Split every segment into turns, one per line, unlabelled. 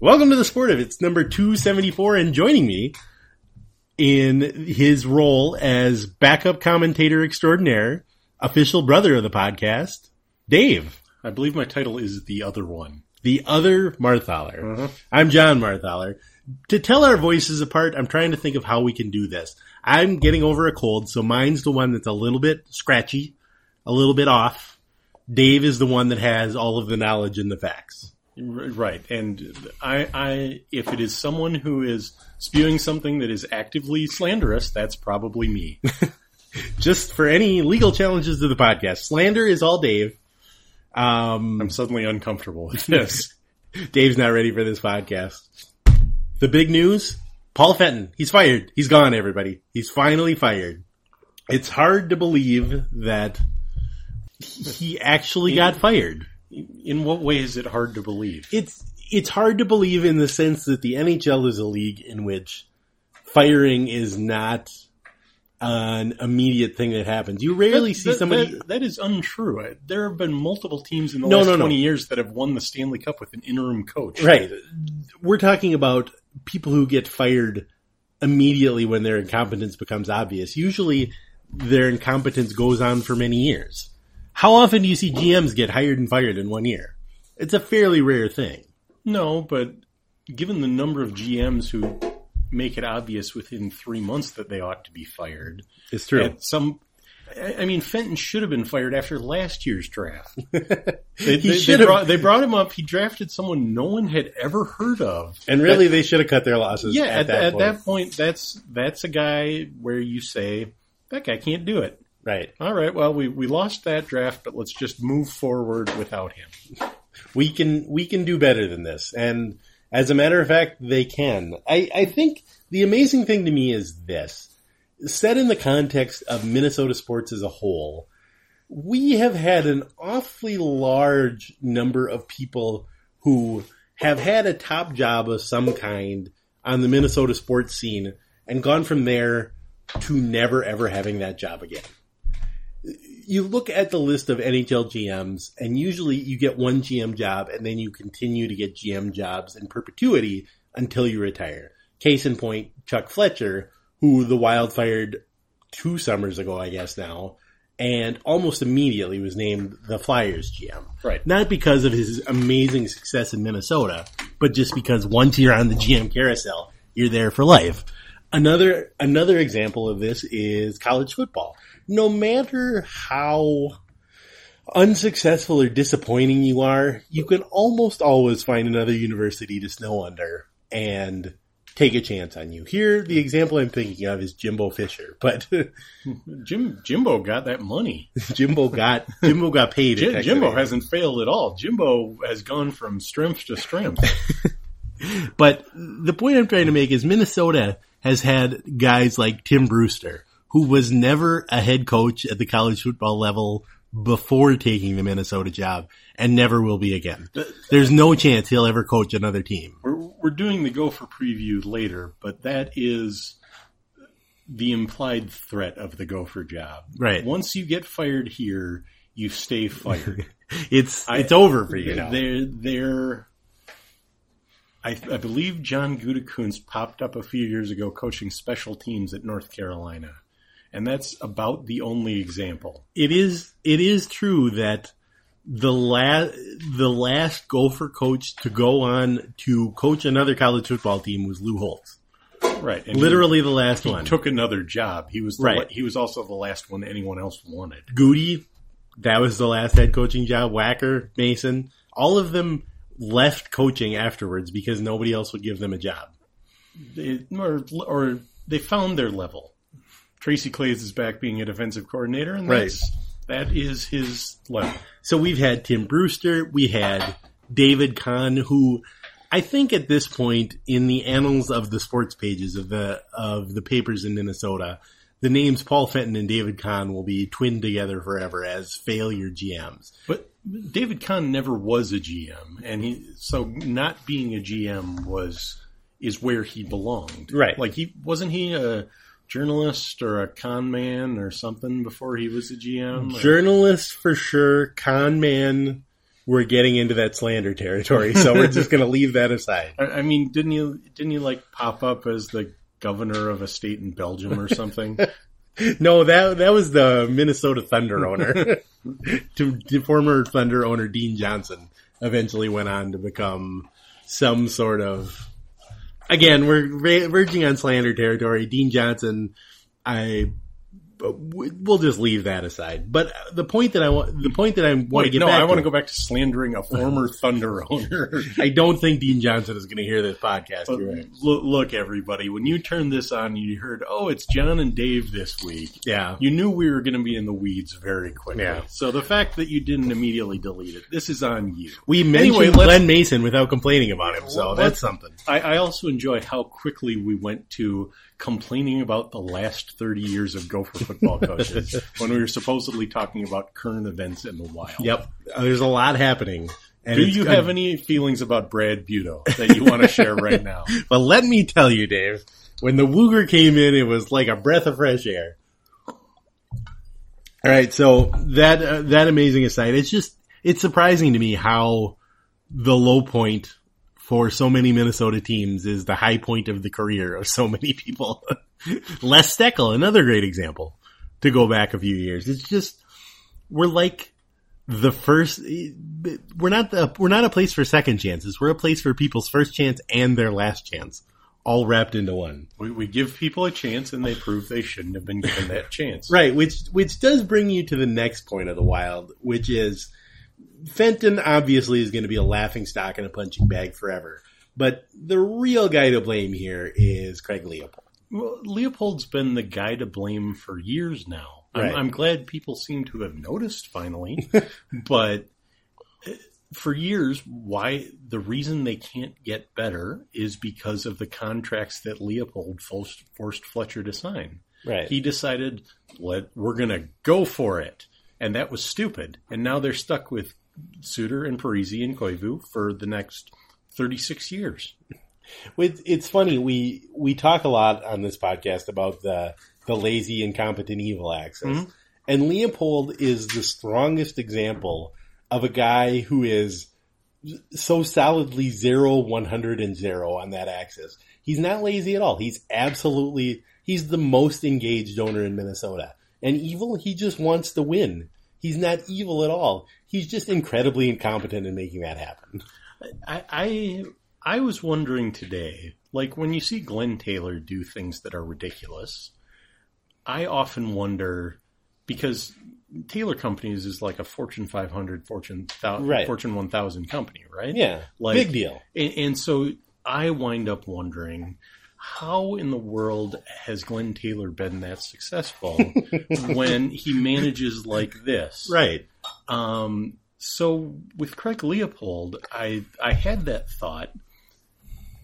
Welcome to the Sportive. It's number 274 and joining me in his role as backup commentator extraordinaire, official brother of the podcast, Dave.
I believe my title is The Other One. Mm-hmm.
The other Marthaler. I'm John Marthaler. To tell our voices apart, I'm trying to think of how we can do this. I'm getting over a cold, so mine's the one that's a little bit scratchy, a little bit off. Dave is the one that has all of the knowledge and the facts.
R- Right. And I, I, if it is someone who is spewing something that is actively slanderous, that's probably me.
Just for any legal challenges to the podcast, slander is all Dave. Um,
I'm suddenly uncomfortable with this.
Dave's not ready for this podcast. The big news Paul Fenton, he's fired. He's gone, everybody. He's finally fired. It's hard to believe that he actually got fired.
In what way is it hard to believe?
It's it's hard to believe in the sense that the NHL is a league in which firing is not an immediate thing that happens. You rarely see
That-
somebody
that- that is untrue. I- There have been multiple teams in the
No,
last
no, no.
20 years that have won the Stanley Cup with an interim coach.
Right. We're talking about people who get fired immediately when their incompetence becomes obvious. Usually their incompetence goes on for many years. How often do you see GMs get hired and fired in one year? It's a fairly rare thing.
No, but given the number of GMs who make it obvious within three months that they ought to be fired,
It's true.
At some, I I mean, Fenton should have been fired after last year's draft. They, they- they
should have.
brought, they brought him up. He drafted someone no one had ever heard of.
and really, they should have cut their losses.
yeah,
at,
at,
that,
at
point.
that point, that's that's a guy where you say that guy can't do it.
right.
All right, well, we, we lost that draft, but let's just move forward without him.
we can we can do better than this and as a matter of fact they can i i think the amazing thing to me is this set in the context of minnesota sports as a whole we have had an awfully large number of people who have had a top job of some kind on the minnesota sports scene and gone from there to never ever having that job again you look at the list of NHL GMs, and usually you get one GM job, and then you continue to get GM jobs in perpetuity until you retire. Case in point, Chuck Fletcher, who the Wild fired two summers ago, I guess now, and almost immediately was named the Flyers GM.
Right.
Not because of his amazing success in Minnesota, but just because once you're on the GM carousel, you're there for life. Another another example of this is college football. No matter how unsuccessful or disappointing you are, you can almost always find another university to snow under and take a chance on you. Here, the example I'm thinking of is Jimbo Fisher, but
Jim Jimbo got that money.
Jimbo got Jimbo got paid.
Jim,
at
Jimbo
Texas A&M.
hasn't failed at all. Jimbo has gone from strength to strength.
But the point I'm trying to make is Minnesota has had guys like Tim Brewster, who was never a head coach at the college football level before taking the Minnesota job and never will be again. There's no chance he'll ever coach another team.
we're, we're doing the Gopher preview later, but that is the implied threat of the Gopher job.
Right.
Once you get fired here, you stay fired.
It's
I-
it's over for you now.
They're, they're I, I believe John Gutekunst popped up a few years ago coaching special teams at North Carolina, and that's about the only example.
it is it is true that the last the last Gopher coach to go on to coach another college football team was Lou Holtz.
Right. And he-
Literally the last
he
one.
took another job. He was the,
Right.
He was also the last one anyone else wanted.
Goody, that was the last head coaching job. Whacker, Mason, all of them left coaching afterwards because nobody else would give them a job.
They, or, or they found their level. Tracy Clays is back being a defensive coordinator, and
Right.
that's that is his level.
So we've had Tim Brewster, we had David Kahn, who I think at this point in the annals of the sports pages of the of the papers in Minnesota, the names Paul Fenton and David Kahn will be twinned together forever as failure GMs.
But David Kahn never was a GM, and he so not being a GM was is where he belonged.
Right.
Like he wasn't he a journalist or a con man or something before he was a GM.
Journalists for sure, con man. We're getting into that slander territory, so we're just going to leave that aside.
I, I mean, didn't you didn't you like pop up as the governor of a state in Belgium or something?
No, that that was the Minnesota Thunder owner. to, to former Thunder owner Dean Johnson eventually went on to become some sort of. Again, we're ver- verging on slander territory. Dean Johnson, I but we- we'll just leave that aside. But the point that I want, the point that I want to
Wait,
get
no,
back
I want
to
to go back to slandering a former Thunder owner.
I don't think Dean Johnson is going to hear this podcast.
But
You're right.
look, look, everybody, when you turned this on, you heard, oh, it's John and Dave this week.
Yeah.
You knew we were going to be in the weeds very quickly.
Yeah.
So the fact that you didn't immediately delete it, this is on you.
We mentioned
Anyway, let's-
Glenn Mason without complaining about him, so
Let's-
that's something.
I, I also enjoy how quickly we went to complaining about the last 30 years of Gopher football coaches when we were supposedly talking about current events in the wild.
Yep, Uh, there's a lot happening. And
Do
it's
you
gonna-
have any feelings about Brad Buto that you want to share right now?
But let me tell you, Dave, when the Wooger came in, it was like a breath of fresh air. All right, so that uh, that amazing aside, it's just it's surprising to me how the low point for so many Minnesota teams is the high point of the career of so many people. Les Steckel, another great example to go back a few years. It's just we're like the first we're not the we're not a place for second chances. We're a place for people's first chance and their last chance, all wrapped into one.
We, we give people a chance and they prove they shouldn't have been given that chance.
Right, which which does bring you to the next point of the wild, which is Fenton obviously is going to be a laughing stock and a punching bag forever. But the real guy to blame here is Craig Leopold.
Well, Leopold's been the guy to blame for years now.
Right.
I'm, I'm glad people seem to have noticed finally, but eh, for years, why the reason they can't get better is because of the contracts that Leopold forced, forced Fletcher to sign.
Right.
He decided, let we're gonna go for it, and that was stupid. And now they're stuck with Suter and Parisi and Koivu for the next thirty six years.
It's, it's funny we we talk a lot on this podcast about the the lazy, incompetent, evil axis, and Leopold is the strongest example of a guy who is so solidly zero, one hundred, and zero on that axis. He's not lazy at all. He's absolutely he's the most engaged owner in Minnesota. And evil, he just wants to win. He's not evil at all. He's just incredibly incompetent in making that happen.
I, I I was wondering today, like when you see Glenn Taylor do things that are ridiculous, I often wonder because Taylor Companies is like a Fortune 500, Fortune thou-
Right.
Fortune 1000 company, right?
Yeah,
like
big deal.
And, and so I wind up wondering. How in the world has Glenn Taylor been that successful when he manages like this?
Right.
Um, so with Craig Leopold, I I had that thought.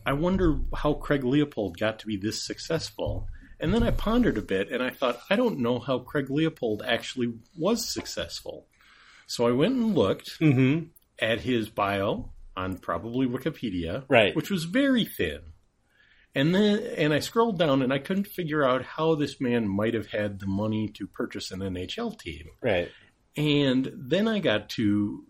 I wonder how Craig Leopold got to be this successful. And then I pondered a bit and I thought, I don't know how Craig Leopold actually was successful. So I went and looked at his bio on probably Wikipedia,
Right.
which was very thin. And then and I scrolled down and I couldn't figure out how this man might have had the money to purchase an NHL team.
Right.
And then I got to,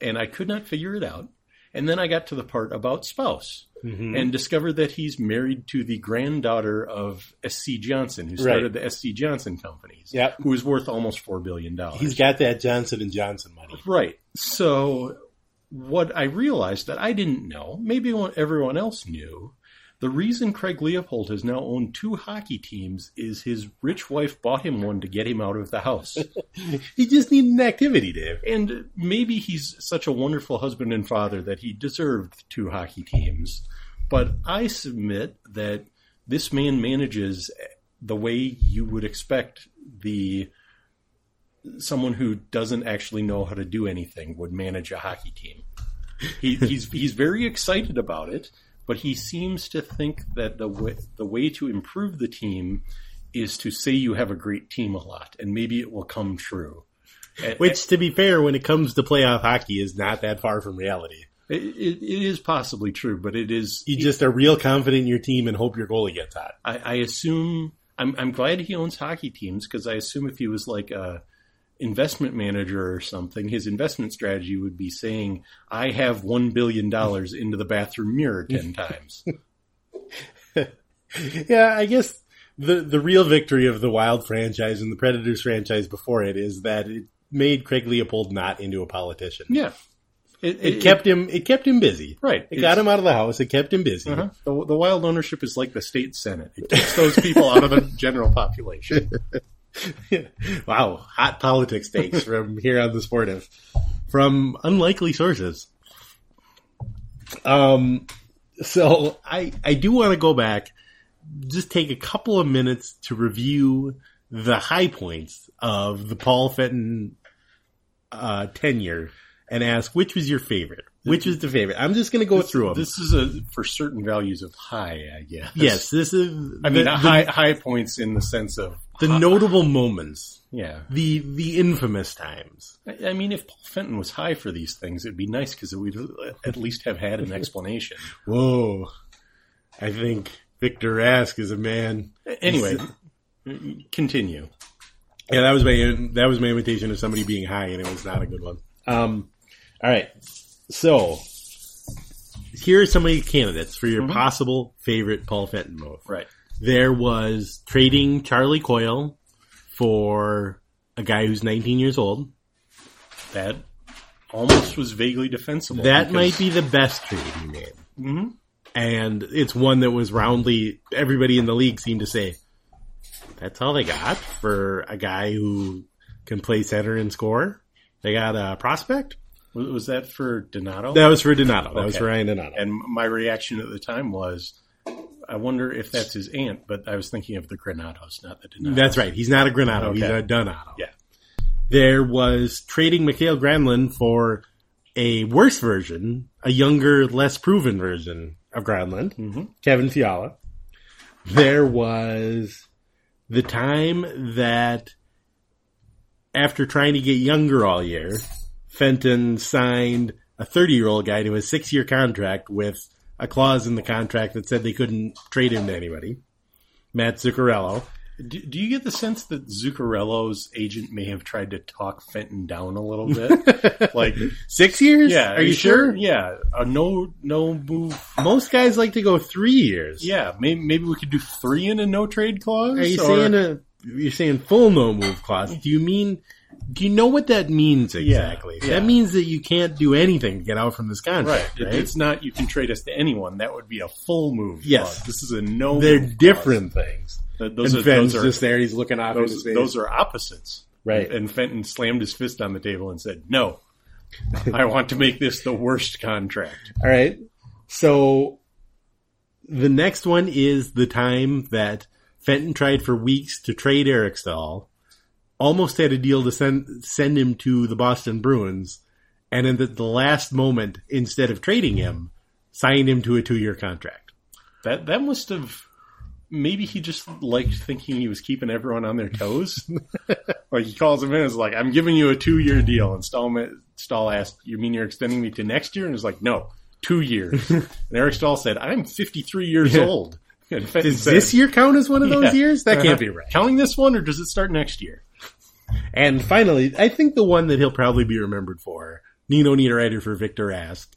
and I could not figure it out. And then I got to the part about spouse
Mm-hmm.
and discovered that he's married to the granddaughter of S.C. Johnson, who started the S.C. Johnson companies,
Yep.
who is worth almost $4 billion. dollars.
He's got that Johnson and Johnson money.
Right. So what I realized that I didn't know, maybe what everyone else knew, the reason Craig Leopold has now owned two hockey teams is his rich wife bought him one to get him out of the house.
He just needed an activity, Dave.
and maybe he's such a wonderful husband and father that he deserved two hockey teams. But I submit that this man manages the way you would expect the someone who doesn't actually know how to do anything would manage a hockey team. He, he's he's very excited about it, but he seems to think that the way, the way to improve the team is to say you have a great team a lot, and maybe it will come true. A-
Which, to be fair, when it comes to playoff hockey, is not that far from reality.
It, it, it is possibly true, but it is.
You just are real confident in your team and hope your goalie gets hot.
I, I assume. I'm, I'm glad he owns hockey teams because I assume if he was like a investment manager or something, his investment strategy would be saying, "I have one billion dollars into the bathroom mirror ten times."
Yeah, I guess the the real victory of the Wild franchise and the Predators franchise before it is that it made Craig Leopold not into a politician.
yeah, it,
It kept him. It kept him busy.
Right.
It got him out of the house. It kept him busy.
uh The, the wild ownership is like the state senate; it keeps those people out of the general population.
Wow. Hot politics takes from here on the sportive, from unlikely sources. Um. So I I do want to go back, just take a couple of minutes to review the high points of the Paul Fenton uh, tenure and ask which was your favorite. Which is the favorite? I'm just going to go through them.
This is a for certain values of high, I guess.
yes, this is.
I mean
the,
high high points in the sense of
the, the notable moments.
yeah.
the the infamous times.
I I mean, if Paul Fenton was high for these things, it'd be nice because we'd at least have had an explanation.
Whoa, I think Victor Rask is a man.
Anyway, continue.
Yeah, that was my that was my imitation of somebody being high, and it was not a good one. Um, all right, so here are some of the candidates for your possible favorite Paul Fenton move.
Right.
There was trading Charlie Coyle for a guy who's 19 years old.
That almost was vaguely defensible.
That
because-
might be the best trade he made. Mm-hmm. And it's one that was roundly, everybody in the league seemed to say, that's all they got for a guy who can play center and score. They got a prospect.
was, was that for Donato.
That was for Donato. That was
Okay.
for Ryan Donato.
and my reaction at the time was, I wonder if that's his aunt. But I was thinking of the Granados, not the Donato.
that's right. He's not a Granado. He's
Okay.
a Donato.
Yeah.
There was trading Mikhail Granlund for a worse version, a younger, less proven version of Granlund,
Mm-hmm.
Kevin Fiala. There was the time that after trying to get younger all year, Fenton signed a 30 year old guy to a six year contract with a clause in the contract that said they couldn't trade him to anybody. Matt Zuccarello.
Do, do you get the sense that Zuccarello's agent may have tried to talk Fenton down a little bit? like,
Six years?
yeah,
Are, you sure?
Yeah, a no no move
Most guys like to go three years.
Yeah, maybe, maybe we could do three in a no trade clause.
Are you
or-
saying a? You're saying full no move clause. Do you mean? Do you know what that means exactly?
yeah.
That means that you can't do anything to get out from this
right?
contract.
It-
Right.
It's not you can trade us to anyone. That would be a full move.
Yes.
clause. this is a no.
They're
move
different things.
clause. Th- Those
and
are
Fenn's
those are
just there. He's looking off in his
those,
face.
those are opposites.
Right.
And Fenton slammed his fist on the table and said, "No, I want to make this the worst contract."
All right. So the next one is the time that Fenton tried for weeks to trade Eric Stahl, almost had a deal to send send him to the Boston Bruins, and then at the last moment, instead of trading him, signed him to a two year contract.
That that must have. Maybe he just liked thinking he was keeping everyone on their toes. like he calls him in, and is like, "I'm giving you a two year deal." And Stahl, ma- Stahl asked, "You mean you're extending me to next year?" And he's like, "No, two years." and Eric Stahl said, "I'm 53 years old." And Fenton
Does
said,
this year count as one of those
Yeah.
years? That
Uh-huh.
can't be right.
Counting this one, or does it start next year?
And finally, I think the one that he'll probably be remembered for, Nino Niederreiter for Victor Ask,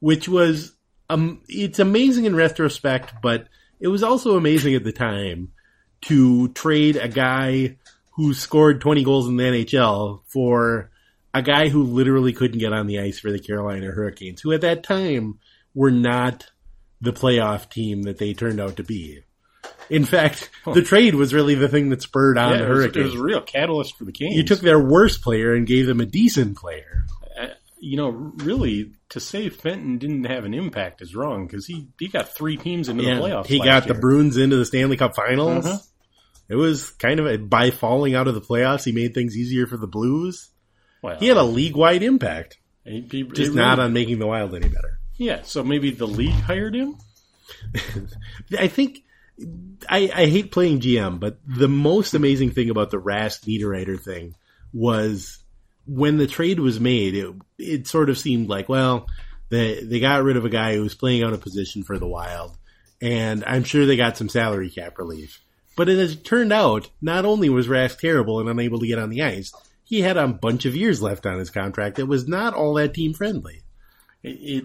which was um, it's amazing in retrospect, but it was also amazing at the time to trade a guy who scored 20 goals in the NHL for a guy who literally couldn't get on the ice for the Carolina Hurricanes, who at that time were not the playoff team that they turned out to be. In fact, the trade was really the thing that spurred on
Yeah,
the
it, was,
Hurricanes.
it was a real catalyst for the Canes.
you took their worst player and gave them a decent player.
you know, really, to say Fenton didn't have an impact is wrong because he, he got three teams into the playoffs.
he
last
got the
year.
Bruins into the Stanley Cup Finals.
Mhm.
It was kind of a, by falling out of the playoffs, he made things easier for the Blues.
Well,
He had a league wide impact,
he- he- it
just
really-
not on making the Wild any better.
Yeah, so maybe the league hired him.
I think I, I hate playing GM, but the most amazing thing about the Rast Niederreiter thing was when the trade was made, it it sort of seemed like, well, they they got rid of a guy who was playing out of position for the Wild, and I'm sure they got some salary cap relief. But as it turned out, not only was Rask terrible and unable to get on the ice, he had a bunch of years left on his contract that was not all that team friendly.
It, it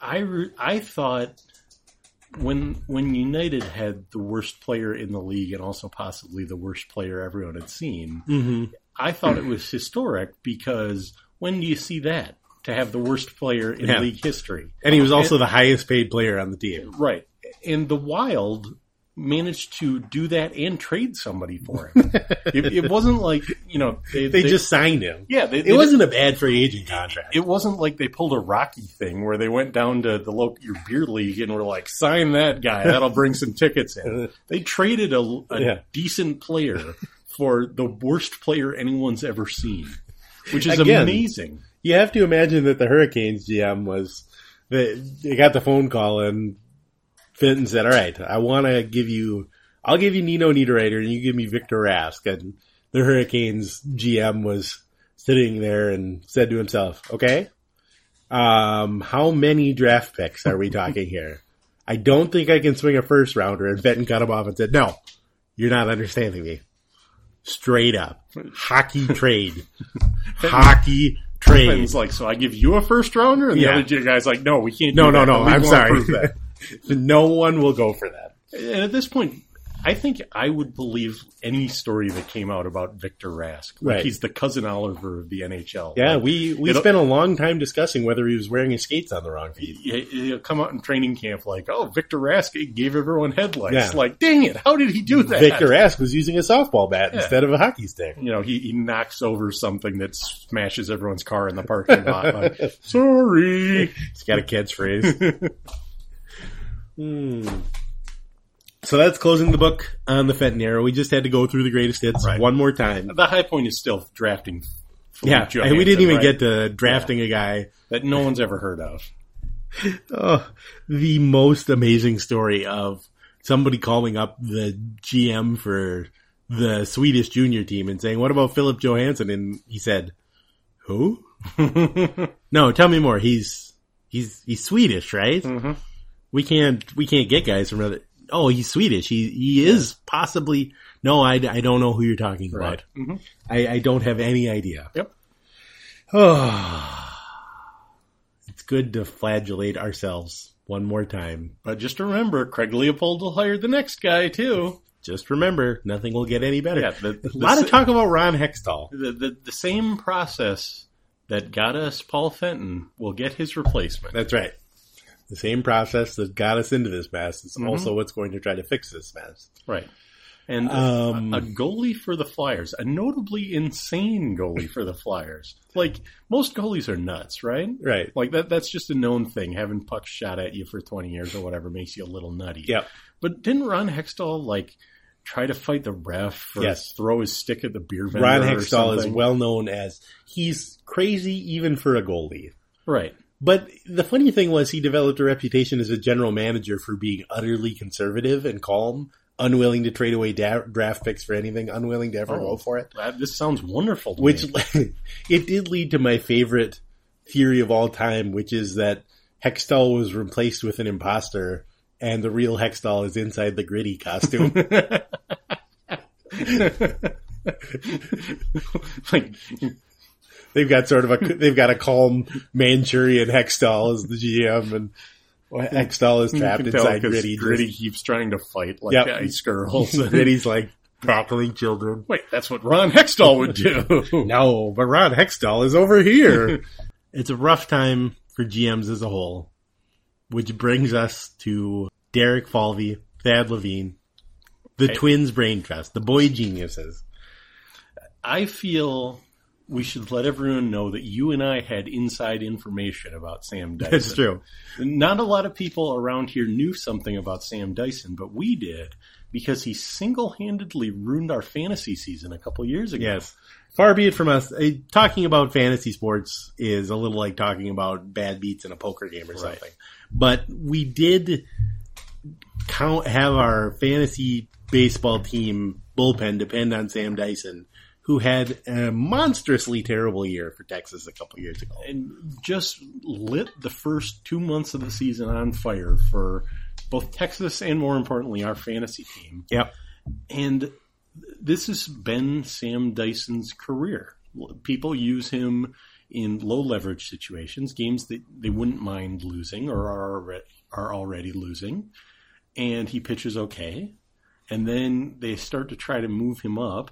I re- I thought when when United had the worst player in the league and also possibly the worst player everyone had seen,
Mm-hmm.
I thought it was historic because when do you see that to have the worst player in
Yeah.
league history?
Oh, And he was also the highest paid player on the team.
Right. And the Wild managed to do that and trade somebody for him. it, it wasn't like, you know, they,
They just signed him.
yeah, they,
It wasn't a bad free agent contract.
it wasn't like they pulled a Rocky thing where they went down to the local your beer league and were like, sign that guy, that'll bring some tickets in. They traded a, a
Yeah.
decent player for the worst player anyone's ever seen, which is
Again.
amazing.
You have to imagine that the Hurricanes GM was they, they got the phone call and Fenton said, "All right, I want to give you, I'll give you Nino Niederreiter and you give me Victor Rask." And the Hurricanes GM was sitting there and said to himself, "Okay, um, how many draft picks are we talking here? I don't think I can swing a first rounder." And Fenton cut him off and said, "No, you're not understanding me. Straight up hockey trade, hockey
And
trade."
it's like, so I give you a first rounder, and
Yeah.
the other guy's like, no, we can't.
No,
do
no,
that.
no.
We
I'm
won't
sorry.
approve that.
no one will go for that.
And at this point, I think I would believe any story that came out about Victor Rask. Like
Right.
he's the cousin Oliver of the NHL.
Yeah, we we
it'll-
spent a long time discussing whether he was wearing his skates on the wrong feet.
he- he'll come out in training camp like, "Oh, Victor Rask gave everyone headlights."
Yeah.
Like, dang it, how did he do that?
Victor Ask was using a softball bat instead of a hockey stick.
you know, he, he knocks over something that smashes everyone's car in the parking lot. Like, Sorry,
He's got a catchphrase. hmm. So that's closing the book on the Fenton era. We just had to go through the greatest hits
Right.
one more time.
the high point is still drafting. Philippe
Yeah, and we
Johansson,
didn't even
right?
get to drafting a guy
that. No one's ever heard of.
Oh, the most amazing story of somebody calling up the GM for the Swedish junior team and saying, "What about Philip Johansson?" And he said, "Who? no, tell me more. He's he's he's Swedish, right? We can't we can't get guys from other. Oh, he's Swedish. He he is possibly. No, I, I don't know who you're talking about. I, I don't have any idea.
Yep.
It's good to flagellate ourselves one more time.
But just remember, Craig Leopold will hire the next guy too.
just remember, nothing will get any better.
Yeah, the-
a lot
the-
of talk about Ron Hextall.
The, the the same process that got us Paul Fenton will get his replacement.
That's right. The same process that got us into this mess is
Mm-hmm.
also what's going to try to fix this mess.
Right. And
Um,
a, a goalie for the Flyers, a notably insane goalie for the Flyers. Like most goalies are nuts, right?
Right.
Like that that's just a known thing. Having pucks shot at you for 20 years or whatever makes you a little nutty.
Yep.
But didn't Ron Hextall like try to fight the ref or
Yes.
throw his stick at the beer vendor?
Ron
or
Hextall is
something?
well known as he's crazy even for a goalie.
Right.
But the funny thing was he developed a reputation as a general manager for being utterly conservative and calm, unwilling to trade away da- draft picks for anything, unwilling to ever go
Oh.
for it.
That, this sounds wonderful to
which
me.
it did lead to my favorite theory of all time, which is that Hextall was replaced with an imposter, and the real Hextall is inside the gritty costume.
like
they've got sort of a they've got a calm Manchurian Hextall as the GM, and well, Hextall is trapped
You can tell
inside
'cause
Gritty.
Gritty
Just,
keeps trying to fight like
Yep.
the Ice Girls.
Gritty's like tackling children.
Wait, that's what Ron Hextall would do.
No, but Ron Hextall is over here. it's a rough time for GMs as a whole, which brings us to Derek Falvey, Thad Levine, the twins' brain trust, the boy geniuses.
I feel we should let everyone know that you and I had inside information about Sam Dyson.
That's true.
Not a lot of people around here knew something about Sam Dyson, but we did because he single-handedly ruined our fantasy season a couple years ago.
Yes. Far be it from us. eh, Talking about fantasy sports is a little like talking about bad beats in a poker game or something. But we did count have our fantasy baseball team bullpen depend on Sam Dyson, who had a monstrously terrible year for Texas a couple years ago.
and just lit the first two months of the season on fire for both Texas and more importantly our fantasy team.
Yep.
And this has been Sam Dyson's career. People use him in low leverage situations, games that they wouldn't mind losing or are alre- are already losing, and he pitches okay. And then they start to try to move him up,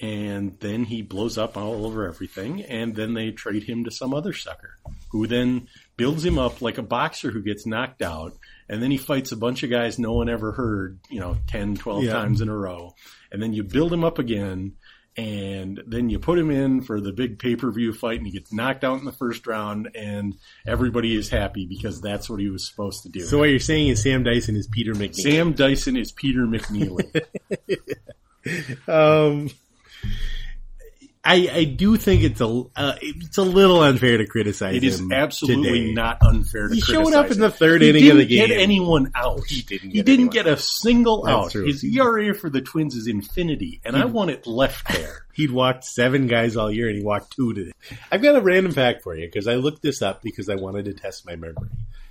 and then he blows up all over everything, and then they trade him to some other sucker who then builds him up like a boxer who gets knocked out, and then he fights a bunch of guys no one ever heard, you know, 10, 12
Yeah.
times in a row, and then you build him up again, and then you put him in for the big pay per view fight, and he gets knocked out in the first round, and everybody is happy because that's what he was supposed to do.
So what you're saying is Sam Dyson is Peter McNeil.
Sam Dyson is Peter McNeely.
Um, I I do think it's a uh, it's a little unfair to criticize.
It is
him
absolutely
today.
not unfair to
He
criticize
showed up in
him.
the third
He
inning of the
didn't
game.
get anyone out. He
didn't
He
get
didn't
anyone
get a single
That's
out.
true.
His ERA for the Twins is infinity, and I want it left there.
He'd walked seven guys all year, and he walked two today. I've got a random fact for you because I looked this up because I wanted to test my memory.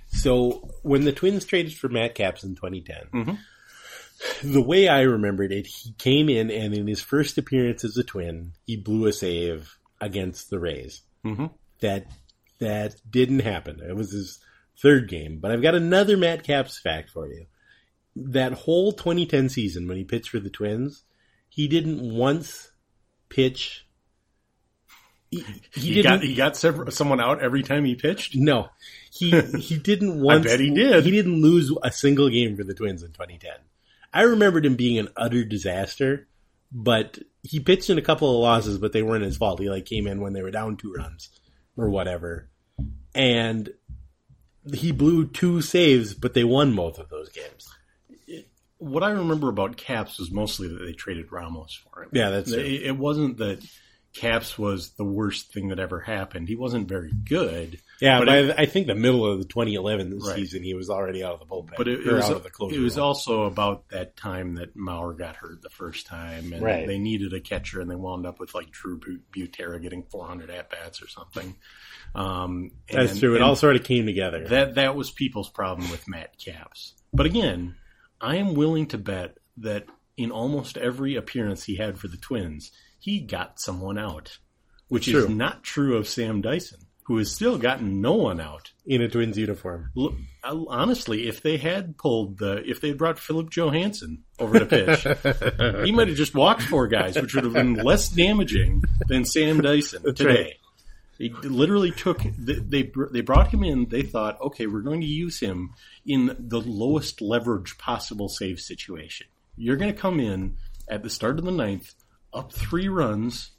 So when the Twins traded for Matt Capps in 2010,
Mm-hmm.
the way I remembered it, he came in and in his first appearance as a Twin, he blew a save against the Rays.
Mm-hmm.
That that didn't happen. It was his third game. But I've got another Matt Capps fact for you. That whole 2010 season when he pitched for the Twins, he didn't once pitch. He, he
He,
didn't.
got he got several, someone out every time he pitched.
no, he he didn't once.
bet he did.
He didn't lose a single game for the Twins in 2010. I remembered him being an utter disaster, but he pitched in a couple of losses, but they weren't his fault. He like came in when they were down two runs or whatever, and he blew two saves, but they won both of those games.
What I remember about Caps was mostly that they traded Ramos for him.
Yeah, that's
it,
true.
it wasn't that Caps was the worst thing that ever happened. He wasn't very good.
Yeah,
But
but, I, I think the middle of the 2011
Right.
season, he was already out of the bullpen,
But it, it
or
was,
out of the closer.
it was
role.
also about that time that Maurer got hurt the first time, and
Right.
they needed a catcher, and they wound up with like Drew Bu- Butera getting 400 at bats or something. Um, and,
that's true. It
and
all sort of came together.
that that was people's problem with Matt Capps. But again, I am willing to bet that in almost every appearance he had for the Twins, he got someone out, which is
True.
not true of Sam Dyson, who has still gotten no one out.
in a Twins uniform.
Look, I- honestly, if they had pulled the, if they had brought Philip Johansson over to pitch, he might have just walked four guys, which would have been less damaging than Sam Dyson today. They literally took they, they br- they brought him in. They thought, okay, we're going to use him in the lowest leverage possible save situation. You're going to come in at the start of the ninth, up three runs,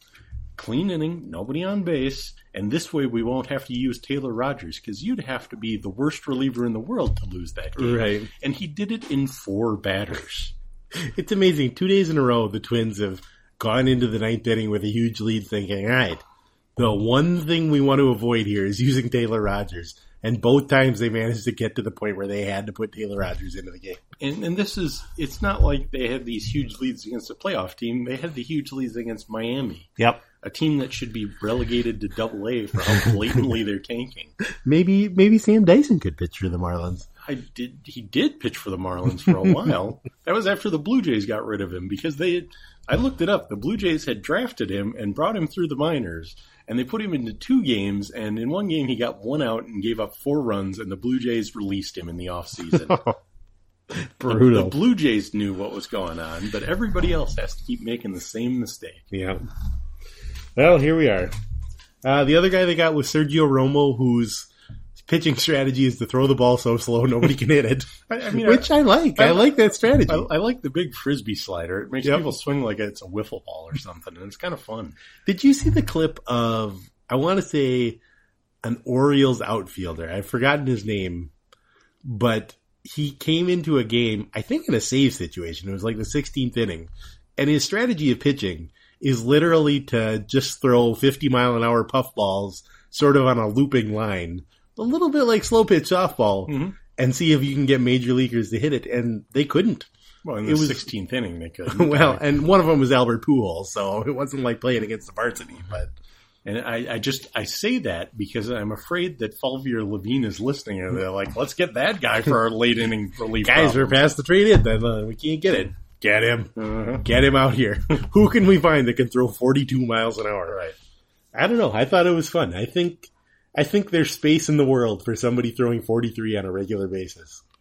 clean inning, nobody on base, and this way we won't have to use Taylor Rogers because you'd have to be the worst reliever in the world to lose that game.
Right.
And he did it in four batters.
It's amazing. Two days in a row, the Twins have gone into the ninth inning with a huge lead, thinking, all right, the one thing we want to avoid here is using Taylor Rogers. And both times they managed to get to the point where they had to put Taylor Rogers into the game.
And, and this is, it's not like they had these huge leads against a playoff team. They had the huge leads against Miami,
Yep.
a team that should be relegated to double A for how blatantly they're tanking.
Maybe maybe Sam Dyson could pitch for the Marlins.
I did. He did pitch for the Marlins for a while. That was after the Blue Jays got rid of him because they. I looked it up. The Blue Jays had drafted him and brought him through the minors, and they put him into two games. And in one game, he got one out and gave up four runs, and the Blue Jays released him in the offseason.
Brutal.
The Blue Jays knew what was going on, but everybody else has to keep making the same mistake.
Yeah. Well, here we are. Uh, the other guy they got was Sergio Romo, whose pitching strategy is to throw the ball so slow nobody can hit it.
I, I mean,
Which I like. I,
I-
like that strategy.
I, I like the big frisbee slider. It makes
Yep.
people swing like it's a wiffle ball or something, and it's kind of fun.
Did you see the clip of I want to say an Orioles outfielder? I've forgotten his name, but he came into a game, I think in a save situation. It was like the 16th inning, and his strategy of pitching is literally to just throw 50 mile an hour puff balls sort of on a looping line, a little bit like slow pitch softball, and see if you can get major leaguers to hit it, and they couldn't.
Well, in the
It was-
16th inning, they could.
Well, and one of them was Albert Pujols, so it wasn't like playing against the varsity, but
and I, I just I say that because I'm afraid that Fulvier Levine is listening, and they're like, "Let's get that guy for our late inning relief."
guys, we're
problem."
past the trade in. Then uh, we can't get it. Get him.
Uh-huh.
Get him out here. Who can we find that can throw 42 miles an hour?
right.
I don't know. I thought it was fun. I think I think there's space in the world for somebody throwing 43 on a regular basis.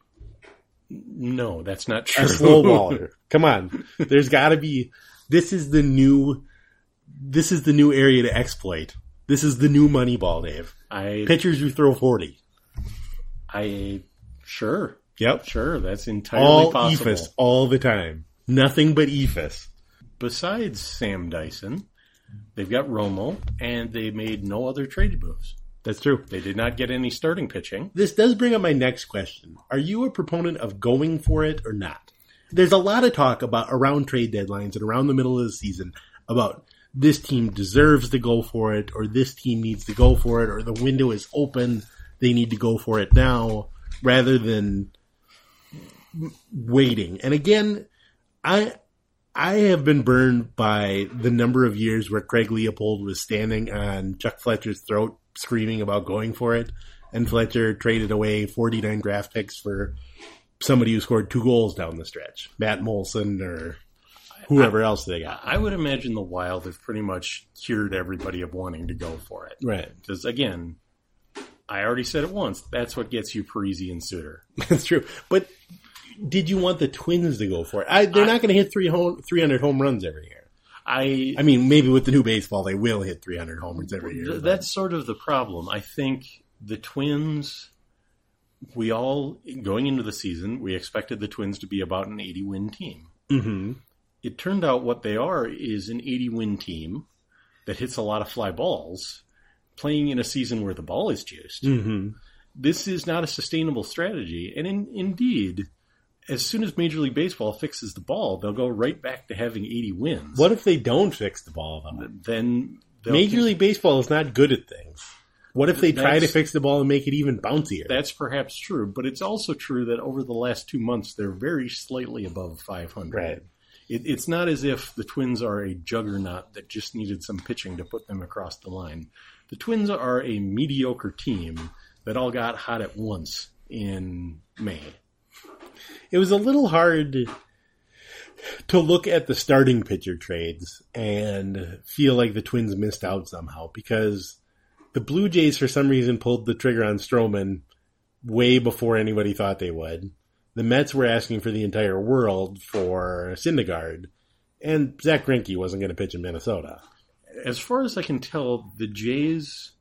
No, that's not
A
true.
slow baller. Come on. There's got to be. This is the new. This is the new area to exploit. This is the new money ball, Dave.
I
Pitchers who throw 40.
I sure
Yep.
sure that's entirely
All
possible.
Ephus all the time. Nothing but E Ephus.
Besides Sam Dyson, they've got Romo, and they made no other trade moves.
That's true.
They did not get any starting pitching.
This does bring up my next question. Are you a proponent of going for it or not? There's a lot of talk about around trade deadlines and around the middle of the season about this team deserves to go for it or this team needs to go for it or the window is open, they need to go for it now rather than w- waiting. And again, I I have been burned by the number of years where Craig Leopold was standing on Chuck Fletcher's throat screaming about going for it, and Fletcher traded away 49 draft picks for somebody who scored two goals down the stretch, Matt Molson or whoever else they got.
I would imagine the Wild have pretty much cured everybody of wanting to go for it.
Right.
Because again, I already said it once. That's what gets you Parisi and Suter.
That's true. But did you want the Twins to go for it? I, they're not going to hit three home, 300 home runs every year.
I,
I mean, maybe with the new baseball, they will hit 300 homers every year.
th-
but-
that's sort of the problem. I think the Twins. We all going into the season, we expected the Twins to be about an 80 win team.
Mhm.
It turned out what they are is an 80 win team that hits a lot of fly balls, playing in a season where the ball is juiced.
Mm-hmm.
this is not a sustainable strategy. And in, indeed, as soon as Major League Baseball fixes the ball, they'll go right back to having 80 wins.
What if they don't fix the ball, though?
Then they'll
Major League Baseball is not good at things. What if they try to
That's-
fix the ball and make it even bouncier?
That's perhaps true, but it's also true that over the last two months, they're very slightly above 500.
Right.
It, it's not as if the Twins are a juggernaut that just needed some pitching to put them across the line. The Twins are a mediocre team that all got hot at once in May.
It was a little hard to look at the starting pitcher trades and feel like the Twins missed out somehow because the Blue Jays, for some reason, pulled the trigger on Stroman way before anybody thought they would. The Mets were asking for the entire world for Syndergaard, and Zach Greinke wasn't going to pitch in Minnesota.
as far as I can tell, the Jays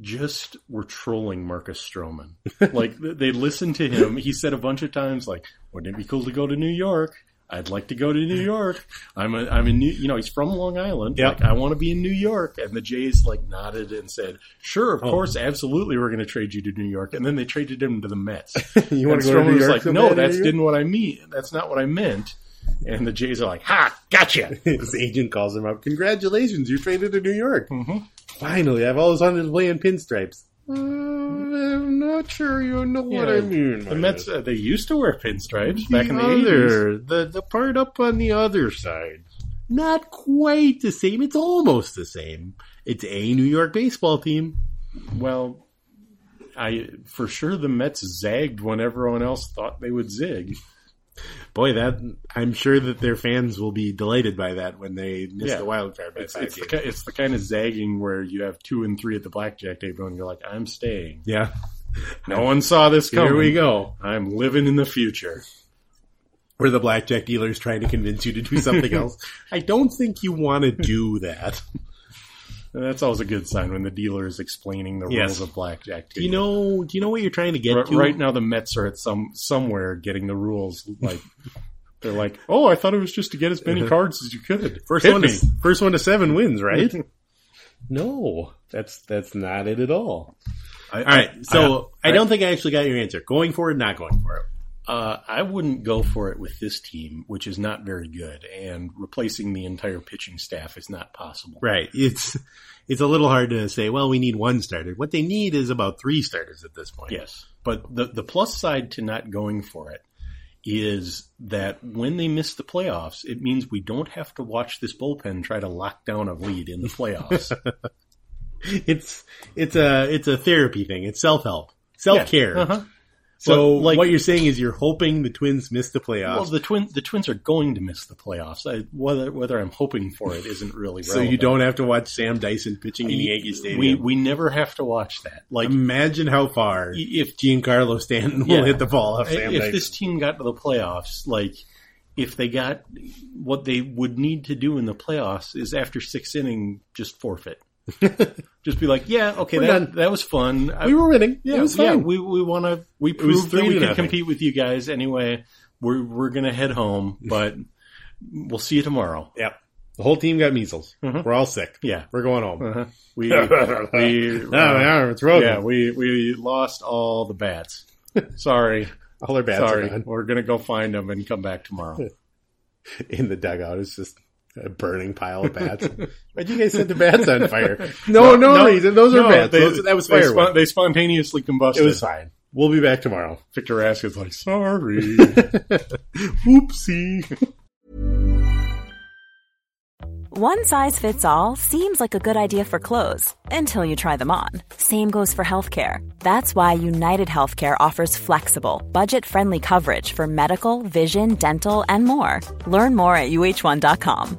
just were trolling Marcus Stroman. like th- they listened to him. He said a bunch of times, like, "Wouldn't it be cool to go to New York? I'd like to go to New York. I'm a, I'm in New, you know, he's from Long Island.
Yep.
Like, I want to be in New York." And the Jays like nodded and said, "Sure,
Oh.
of course, absolutely, we're going to trade you to New York." And then they traded him to the Mets.
You
and
want to go to
Stroman
New
was
York?
like,
someday,
"No, that's
New York?"
didn't what I mean. That's not what I meant." And the Jays are like, "Ha, gotcha."
His agent calls him up. Congratulations, you traded to New York. Finally, I've always wanted to play in pinstripes. Uh, I'm not sure you know what I
Yeah,
mean.
The Mets, uh, they used to wear pinstripes
back
back
the
in the
other, the the part up on the other side. Not quite the same. It's almost the same. It's a New York baseball team.
80s. Well, I for sure the Mets zagged when everyone else thought they would zig.
Boy, that I'm sure that their fans will be delighted by that when they miss
Yeah.
the wild card by
It's,
five
it's, the,
games.
ki- it's the kind of zagging where you have two and three at the blackjack table, and you're like, "I'm staying."
yeah,
No one saw this coming.
here we go.
I'm living in the future.
Where the blackjack dealers trying to convince you to do something else. I don't think you want to do that.
And that's always a good sign when the dealer is explaining the
Yes.
rules of blackjack. To
Do you know? Do you know what you're trying to get
R-
to?
right now the Mets are at some somewhere getting the rules like they're like, "Oh, I thought it was just to get as many cards as you could."
First
Hit
one,
me.
to, first one to seven wins, right? no, that's that's not it at all. Uh,
I,
All right, so I, don't think I actually got your answer. Going for it, not going for it.
Uh, I wouldn't go for it with this team, which is not very good, and replacing the entire pitching staff is not possible.
Right. It's it's a little hard to say. Well, we need one starter. What they need is about three starters at this point.
Yes, but the the plus side to not going for it is that when they miss the playoffs, it means we don't have to watch this bullpen try to lock down a lead in the playoffs.
It's it's a it's a therapy thing. It's self help, self care.
Yeah. Uh-huh.
So
Well, like-
what you're saying is you're hoping the Twins miss the playoffs.
Well, the twin the Twins are going to miss the playoffs. I, whether whether I'm hoping for it isn't really
so you
relevant.
don't have to watch Sam Dyson pitching in Yankee Stadium.
We we never have to watch that. Like
Imagine how far
if
Giancarlo Stanton will
Yeah.
hit the ball off Sam
if
Dyson.
this team got to the playoffs, like if they got what they would need to do in the playoffs is after six inning, just forfeit. just be like, yeah, okay,
We're
that,
done.
that was fun. I-
we were winning.
yeah,
it was
yeah,
fine.
we we want to we
was
proved that
three
we
to
can
nothing.
compete with you guys anyway. We're we're gonna head home, but we'll see you tomorrow.
yep. The whole team got measles. We're all sick.
Yeah.
We're going home.
Uh-huh. We, we
No, my arm, it's broken.
yeah, we we lost all the bats. Sorry,
all our bats
sorry.
are gone.
We're gonna go find them and come back tomorrow.
in the dugout. It's just a burning pile of bats. Why'd you guys set the bats on fire? No, no, reason. Those are
no,
bats.
they-
Those- that was
they,
fireworks.
spon- they spontaneously combusted.
It was fine. We'll be back tomorrow.
Victor Rask is like, sorry.
Oopsie.
One size fits all seems like a good idea for clothes until you try them on. Same goes for healthcare. That's why United Healthcare offers flexible, budget friendly coverage for medical, vision, dental, and more. Learn more at uh1.com.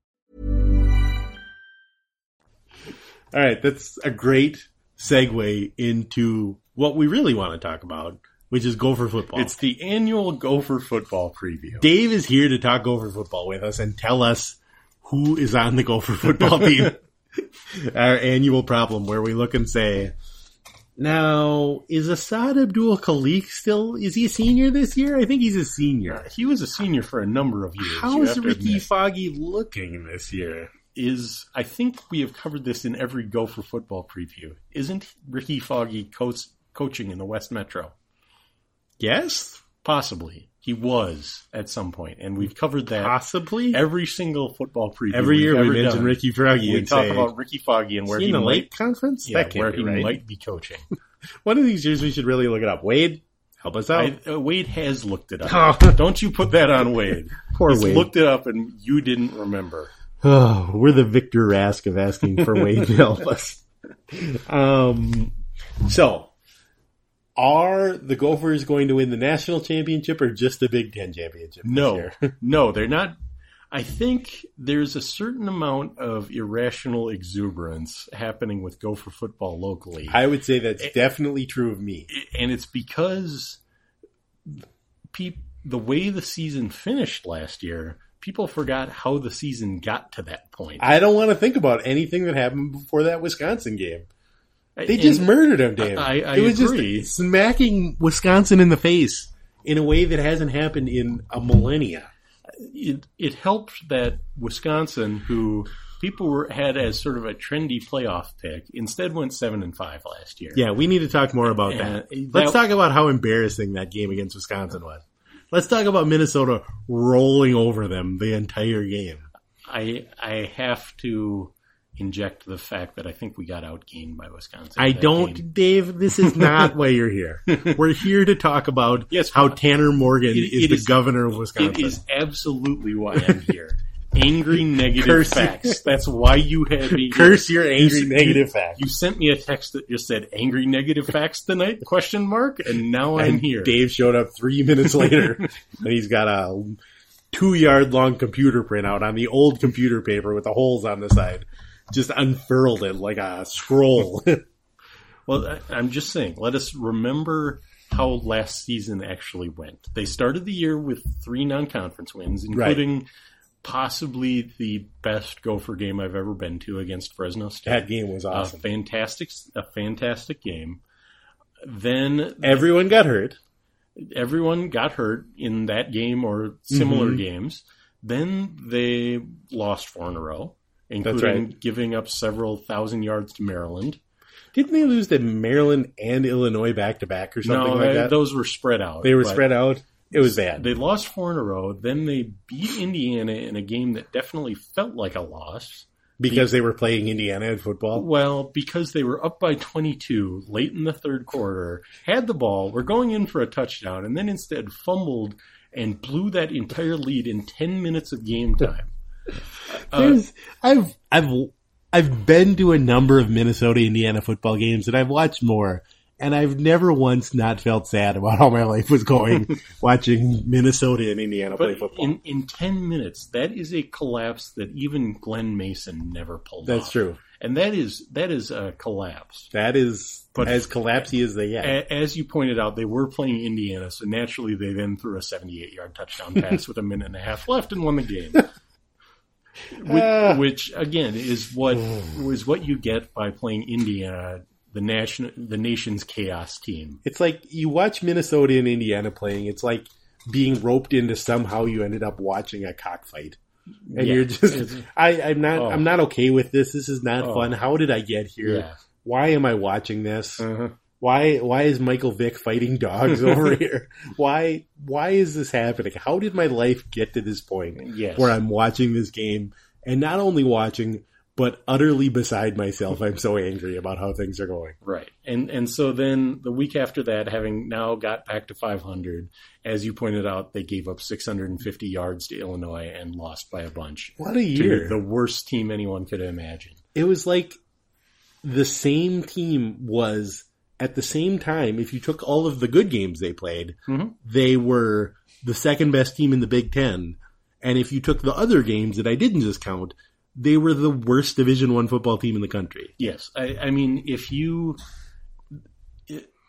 All right, that's a great segue into what we really want to talk about, which is Gopher football.
it's the annual Gopher football preview.
Dave is here to talk Gopher football with us and tell us who is on the Gopher football team. Our annual problem where we look and say, now, is Assad Abdul Khalik still, is he a senior this year? I think he's a senior.
He was a senior for a number of years.
How
you
is
have to
Ricky
admit.
Foggy looking this year?
is I think we have covered this in every Gopher football preview. Isn't Ricky Foggy coach, coaching in the West Metro?
Yes,
Possibly. He was at some point, and we've covered that
possibly.
every single football preview.
Every
we've
year we
ever
mention
done.
Ricky Foggy
We
and
talk
say,
about Ricky Foggy and
Is
where
he
he
in the
might,
late conference?
yeah,
that can't
where
be
he
right.
might be coaching.
One of these years we should really look it up. Wade, help us out.
I, uh, Wade has looked it up. Don't you put that on Wade.
Oh. Poor
He's
Wade.
looked it up, and you didn't remember.
Oh, we're the Victor Rask of asking for Wade to help us. Um, so, are the Gophers going to win the national championship or just the Big Ten championship? this
No,
year?
no, they're not. I think there's a certain amount of irrational exuberance happening with Gopher football locally,
I would say that's definitely true of me.
and it's because peop the way the season finished last year, people forgot how the season got to that point.
I don't want to think about anything that happened before that Wisconsin game. They
And-
just murdered him, Dave.
I- I
it was
agree.
just smacking Wisconsin in the face in a way that hasn't happened in a millennia.
it it helped that Wisconsin, who people were had as sort of a trendy playoff pick, instead went seven and five last year.
Yeah, we need to talk more about
Yeah,
that.
that-
Let's talk about how embarrassing that game against Wisconsin was. Let's talk about Minnesota rolling over them the entire game.
I I have to inject the fact that I think we got outgained by Wisconsin.
I
that
don't,
game.
Dave. This is not why you're here. We're here to talk about
Yes,
how Tanner Morgan
it-
is
it
the
is-
governor of
It
Wisconsin.
is absolutely why I'm here. Angry negative
Curse.
facts. That's why you had me. here.
Curse your angry
You-
negative facts.
You sent me a text that just said "angry negative facts" tonight? Question mark. And now I'm
and
here.
Dave showed up three minutes later, and he's got a two-yard-long computer printout on the old computer paper with the holes on the side. Just unfurled it like a scroll.
Well, I- I'm just saying, let us remember how last season actually went. They started the year with three non conference wins,
Right.
including possibly the best Gopher game I've ever been to against Fresno State.
that game was
A
awesome.
fantastic, a fantastic game. Then
Everyone got hurt.
everyone got hurt in that game or similar
Mm-hmm.
games. Then they lost four in a row, including giving up several thousand yards to Maryland.
Didn't they lose to Maryland and Illinois back to back or something
no,
like
I-
that?
those were spread out.
they were
but
spread out. It was bad.
They lost four in a row. Then they beat Indiana in a game that definitely felt like a loss.
because they were playing Indiana in football.
Well, because they were up by 22 late in the third quarter, had the ball, were going in for a touchdown, and then instead fumbled and blew that entire lead in 10 minutes of game time. Uh,
There's- I've I've I've been to a number of Minnesota Indiana football games and I've watched more and I've never once not felt sad about how my life was going watching Minnesota and Indiana play
But
football.
in, in 10 minutes, that is a collapse that even Glenn Mason never pulled
That's
off.
true.
And that is that is a collapse.
that is
But-
as collapsy as they get.
A- as you pointed out, they were playing Indiana, so naturally they then threw a 78 yard touchdown pass with a minute and a half left and won the game. which, which again is what was what you get by playing Indiana, the national, the nation's chaos team.
It's like you watch Minnesota and Indiana playing. It's like being roped into somehow you ended up watching a cockfight, and
Yeah. Oh.
you're just I, I'm not I'm not okay with this. This is not fun. How did I get here?
Yeah. Uh-huh.
Why am I watching this? Why why is Michael Vick fighting dogs over here? Why why is this happening? How did my life get to this point
Yes.
where I'm watching this game and not only watching but utterly beside myself? I'm so angry about how things are going.
Right, and and so then the week after that, having now got back to 500, as you pointed out, they gave up 650 yards to Illinois and lost by a bunch.
What a
to
year!
the worst team anyone could imagine.
it was like the same team was at the same time. If you took all of the good games they played,
Mm-hmm.
they were the second best team in the Big Ten. And if you took the other games that I didn't just count, they were the worst Division One football team in the country.
Yes, I, I mean, if you,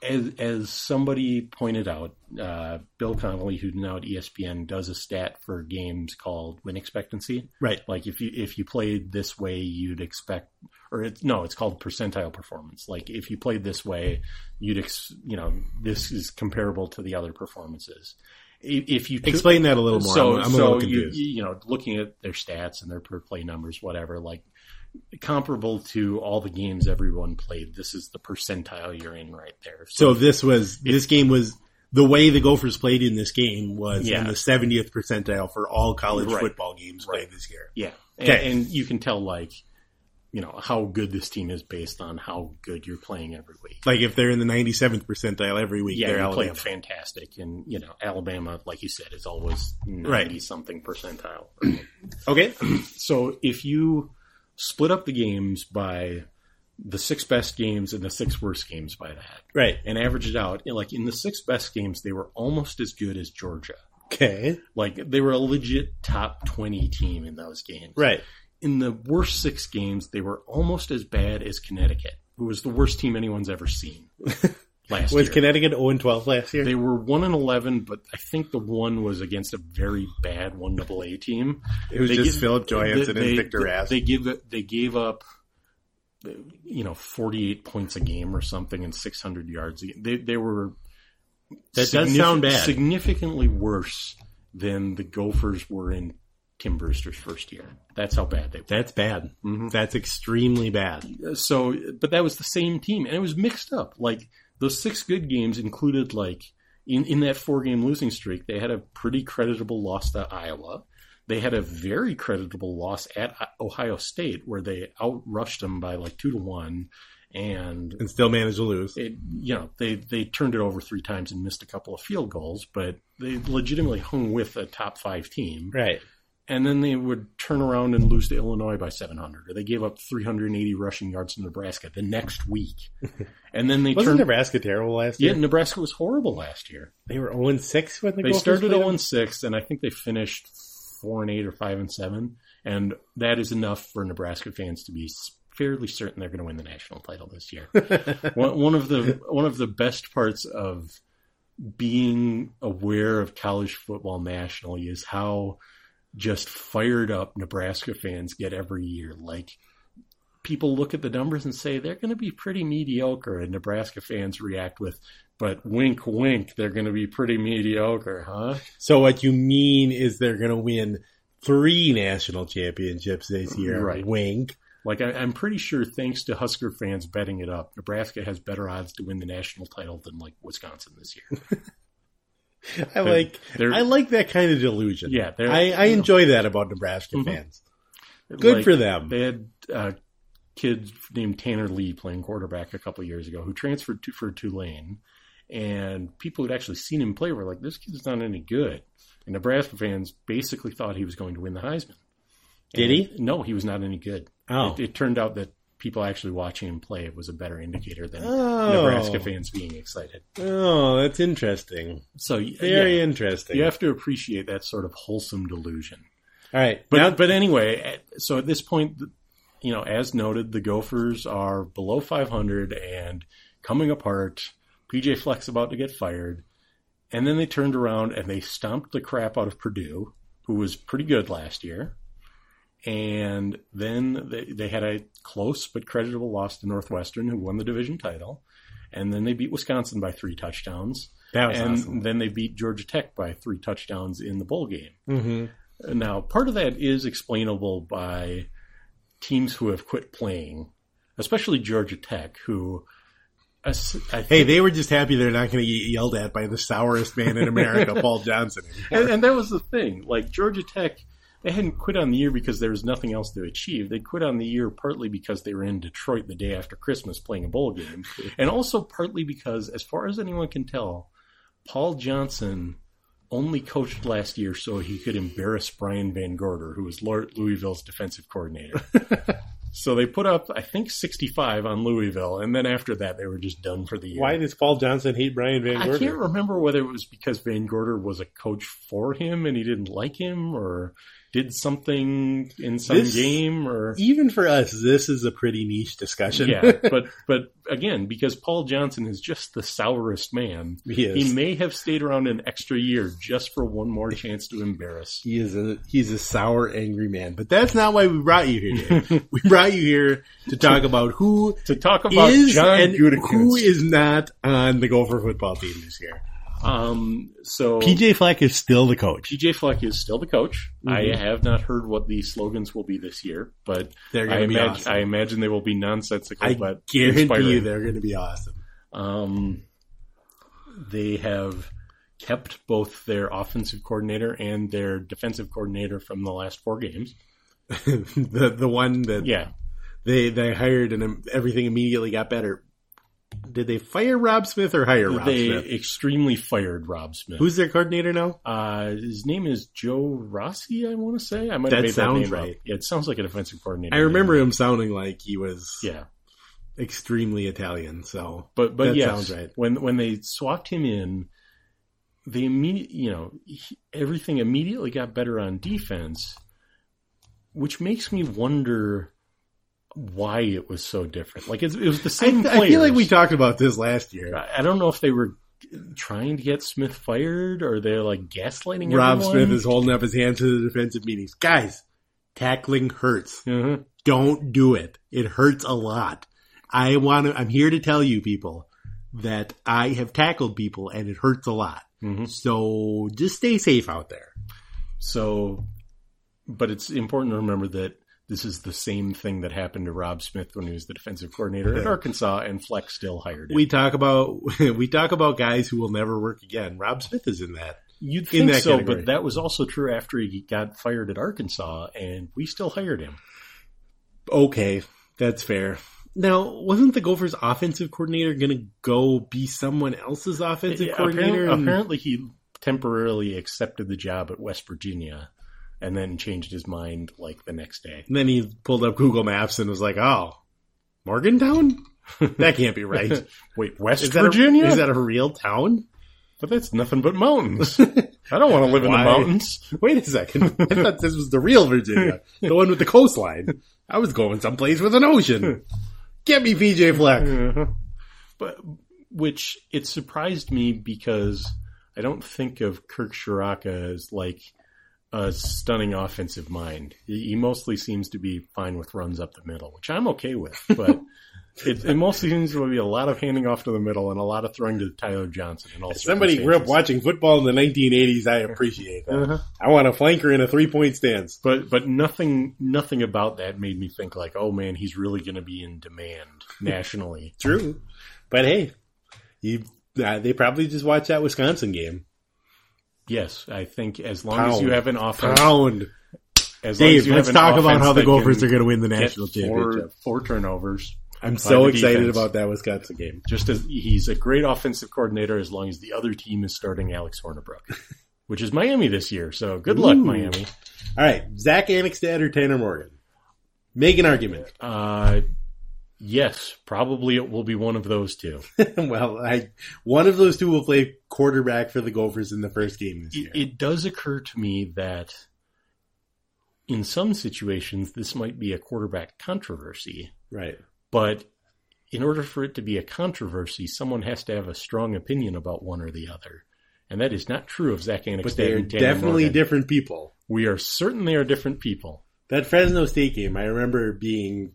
as as somebody pointed out, uh, Bill Connolly, who's now at E ESPN, does a stat for games called win expectancy.
Right.
Like if you if you played this way, you'd expect, or it's no, it's called percentile performance. Like if you played this way, you'd ex, you know this is comparable to the other performances. If if you took-
Explain that a little Oh, more.
so,
I'm, I'm a
so
little
you,
confused.
you you know, looking at their stats and their per play numbers, whatever, like comparable to all the games everyone played. This is the percentile you're in right there.
so this was this game was the way the Gophers played in this game was
Yeah.
in the 70th percentile for all college
Right.
football games played this year.
yeah, and,
Okay.
and you can tell like you know how good this team is based on how good you're playing every week.
Like if they're in the 97th percentile every week,
Yeah,
they're
you
Alabama.
played fantastic, and you know Alabama, like you said, is always ninety
Right.
something percentile.
Okay.
So if you split up the games by the six best games and the six worst games by that,
Right.
and average it out. And like in the six best games, they were almost as good as Georgia.
Okay.
Like they were a legit top 20 team in those games.
Right.
In the worst six games, they were almost as bad as Connecticut, who was the worst team anyone's ever seen last
Was
year.
Connecticut 0 12 last year?
they were 1 and 11, but I think the one was against a very bad 1AA team.
it was
They
just
give-
Philip Joyance
they-
and
they-
Victor Rask.
They give they gave up, you know, forty eight points a game or something, and six hundred yards. a game. They they were
That does
signifi-
sound bad.
Significantly worse than the Gophers were in Tim Brewster's first year. That's how bad they
That's bad. That's extremely bad.
were. So, but that was the same team, and it was mixed up. Like those six good games included like in, in that four game losing streak, they had a pretty creditable loss to Iowa. They had a very creditable loss at Ohio State, where they outrushed them by like two to one, and
and still managed to lose.
it, you know they they turned it over three times and missed a couple of field goals, but they legitimately hung with a top five team.
Right.
And then they would turn around and lose to Illinois by 700, or they gave up 380 rushing yards to Nebraska the next week. And then they
Wasn't
turned.
Nebraska terrible last
yeah,
year?
Nebraska was horrible last year.
They were 0 6 when the
They
Gophers
started
played
0
them?
and 6, and I think they finished 4 and 8 or 5 and 7. And that is enough for Nebraska fans to be s- fairly certain they're going to win the national title this year. one, one of the one of the best parts of being aware of college football nationally is how just fired up Nebraska fans get every year. Like people look at the numbers and say they're going to be pretty mediocre, and Nebraska fans react with, "But wink, wink, they're going to be pretty mediocre, huh?"
So what you mean is they're going to win three national championships this year?
Right.
Wink.
Like I, I'm pretty sure, thanks to Husker fans betting it up, Nebraska has better odds to win the national title than like Wisconsin this year.
I like
they're-
I like that kind of delusion.
Yeah, they're- Mm-hmm.
I, I enjoy that about Nebraska fans. Good
Like,
for them.
They had a kid named Tanner Lee playing quarterback a couple years ago who transferred to for Tulane, and people who'd actually seen him play were like, "This kid's not any good." And Nebraska fans basically thought he was going to win the Heisman.
Did
And-
he?
No, he was not any good.
Oh.
It, it turned out that people actually watching him play was a better indicator than
Oh.
Nebraska fans being excited.
Oh, that's interesting.
So y-
Very
yeah,
interesting.
you have to appreciate that sort of wholesome delusion.
All right.
But
now,
but anyway, at- so at this point, th- you know, as noted, the Gophers are below 500 and coming apart. PJ Fleck's about to get fired, and then they turned around and they stomped the crap out of Purdue, who was pretty good last year. And then they, they had a close but creditable loss to Northwestern, who won the division title. And then they beat Wisconsin by three touchdowns.
That was
and
awesome.
then they beat Georgia Tech by three touchdowns in the bowl game.
Mm-hmm.
Now, part of that is explainable by teams who have quit playing, especially Georgia Tech, who. I s- I
Hey,
think-
they were just happy they're not going to get yelled at by the sourest man in America, Paul Johnson.
and, and that was the thing. Like Georgia Tech, they hadn't quit on the year because there was nothing else to achieve. They quit on the year partly because they were in Detroit the day after Christmas playing a bowl game, and also partly because, as far as anyone can tell, Paul Johnson only coached last year so he could embarrass Brian Van Gorder, who was Lord- Louisville's defensive coordinator. so they put up, I think, 65 on Louisville, and then after that, they were just done for the year.
why does Paul Johnson hate Brian Van Gorder?
I can't remember whether it was because Van Gorder was a coach for him and he didn't like him or did something in some
This-
game or
Even for us, this is a pretty niche discussion.
yeah, but but again, because Paul Johnson is just the sourest man,
He is.
may have stayed around an extra year just for one more chance to embarrass.
he is a he's a sour, angry man. But that's not why we brought you here. Dave. we brought you here to talk about who
To talk about
is
John
and
Gutekunst.
who is not on the Gopher football team this year.
Um, so
PJ Fleck is still the coach.
PJ Fleck is still the coach. I
Mm-hmm.
have not heard what the slogans will be this year, but
They're gonna
I,
be
imag-
awesome.
I imagine they will be nonsensical.
I
but
guarantee you
inspiring.
they're going to be awesome.
Um, they have kept both their offensive coordinator and their defensive coordinator from the last four games.
the the one that
Yeah,
they they hired and um, everything immediately got better. Did they fire Rob Smith or hire Rob
they
Smith?
extremely fired Rob Smith.
Who's their coordinator now?
uh, his name is Joe Rossi, I want to say. I might
That
have made
sounds
that name
right.
Up. Yeah, it sounds like an offensive coordinator.
I remember him sounding like he was
Yeah,
extremely Italian. So,
but but
that
yes,
sounds right.
when when they swapped him in, they immediately you know he, everything immediately got better on defense, which makes me wonder why it was so different. Like it's, it was the
I,
same.
I feel like we
players.
talked about this last year.
I I don't know if they were trying to get Smith fired or they're like gaslighting.
Rob
everyone.
Smith is holding up his hand to the defensive meetings. Guys, tackling hurts.
Mhm.
Don't do it. It hurts a lot. I want to. I'm here to tell you people that I have tackled people and it hurts a lot.
Mm-hmm.
So just stay safe out there.
So, but it's important to remember that This is the same thing that happened to Rob Smith when he was the defensive coordinator at Arkansas, and Fleck still hired him.
We talk about we talk about guys who will never work again. Rob Smith is in that.
You'd
in
think
that
so,
category.
but that was also true after he got fired at Arkansas, and we still hired him.
Okay, that's fair. Now, wasn't the Gophers' offensive coordinator going to go be someone else's offensive
Yeah, apparent-
coordinator?
Apparently,
and-
he temporarily accepted the job at West Virginia, and then changed his mind like the next day.
And then he pulled up Google Maps and was like, "Oh, Morgantown? That can't be right.
Wait, West
Is that
Virginia?
A, is that a real town?
but that's nothing but mountains. I don't want to live in the
Why?
mountains.
Wait a second. I thought this was the real Virginia, the one with the coastline. I was going someplace with an ocean. Get me PJ Fleck.
But which it surprised me because I don't think of Kirk Shiraka as like a stunning offensive mind. He he mostly seems to be fine with runs up the middle, which I'm okay with. But it, it mostly seems to be a lot of handing off to the middle and a lot of throwing to Tyler Johnson. And all
Somebody grew up
circumstances.
watching football in the 1980s. I appreciate that. I want a flanker in a three point stance.
Uh-huh. But but nothing nothing about that made me think like, oh man, he's really going to be in demand nationally.
True, but hey, you uh, they probably just watched that Wisconsin game.
yes, I think as long as
Pound.
you have an offense,
Pound.
as long as
Dave,
you
let's
have an
talk about
offense
how the
that
Gophers
can
are going to win the
get
national championship.
Four, four turnovers.
I'm
by
so
the
excited
defense.
about that Wisconsin game.
Just as he's a great offensive coordinator, as long as the other team is starting Alex Hornibrook, which is Miami this year. So good luck,
Ooh.
Miami.
All right, Zach Anixtad or Tanner Morgan? Make an argument.
Uh, yes, probably it will be one of those two.
well, I, one of those two will play quarterback for the Gophers in the first game this year.
it, it does occur to me that in some situations this might be a quarterback controversy,
right.
but in order for it to be a controversy, someone has to have a strong opinion about one or the other. And that is not true of Zach Anixter.
But they are definitely different people.
We are certain they are different people.
That Fresno State game, I remember being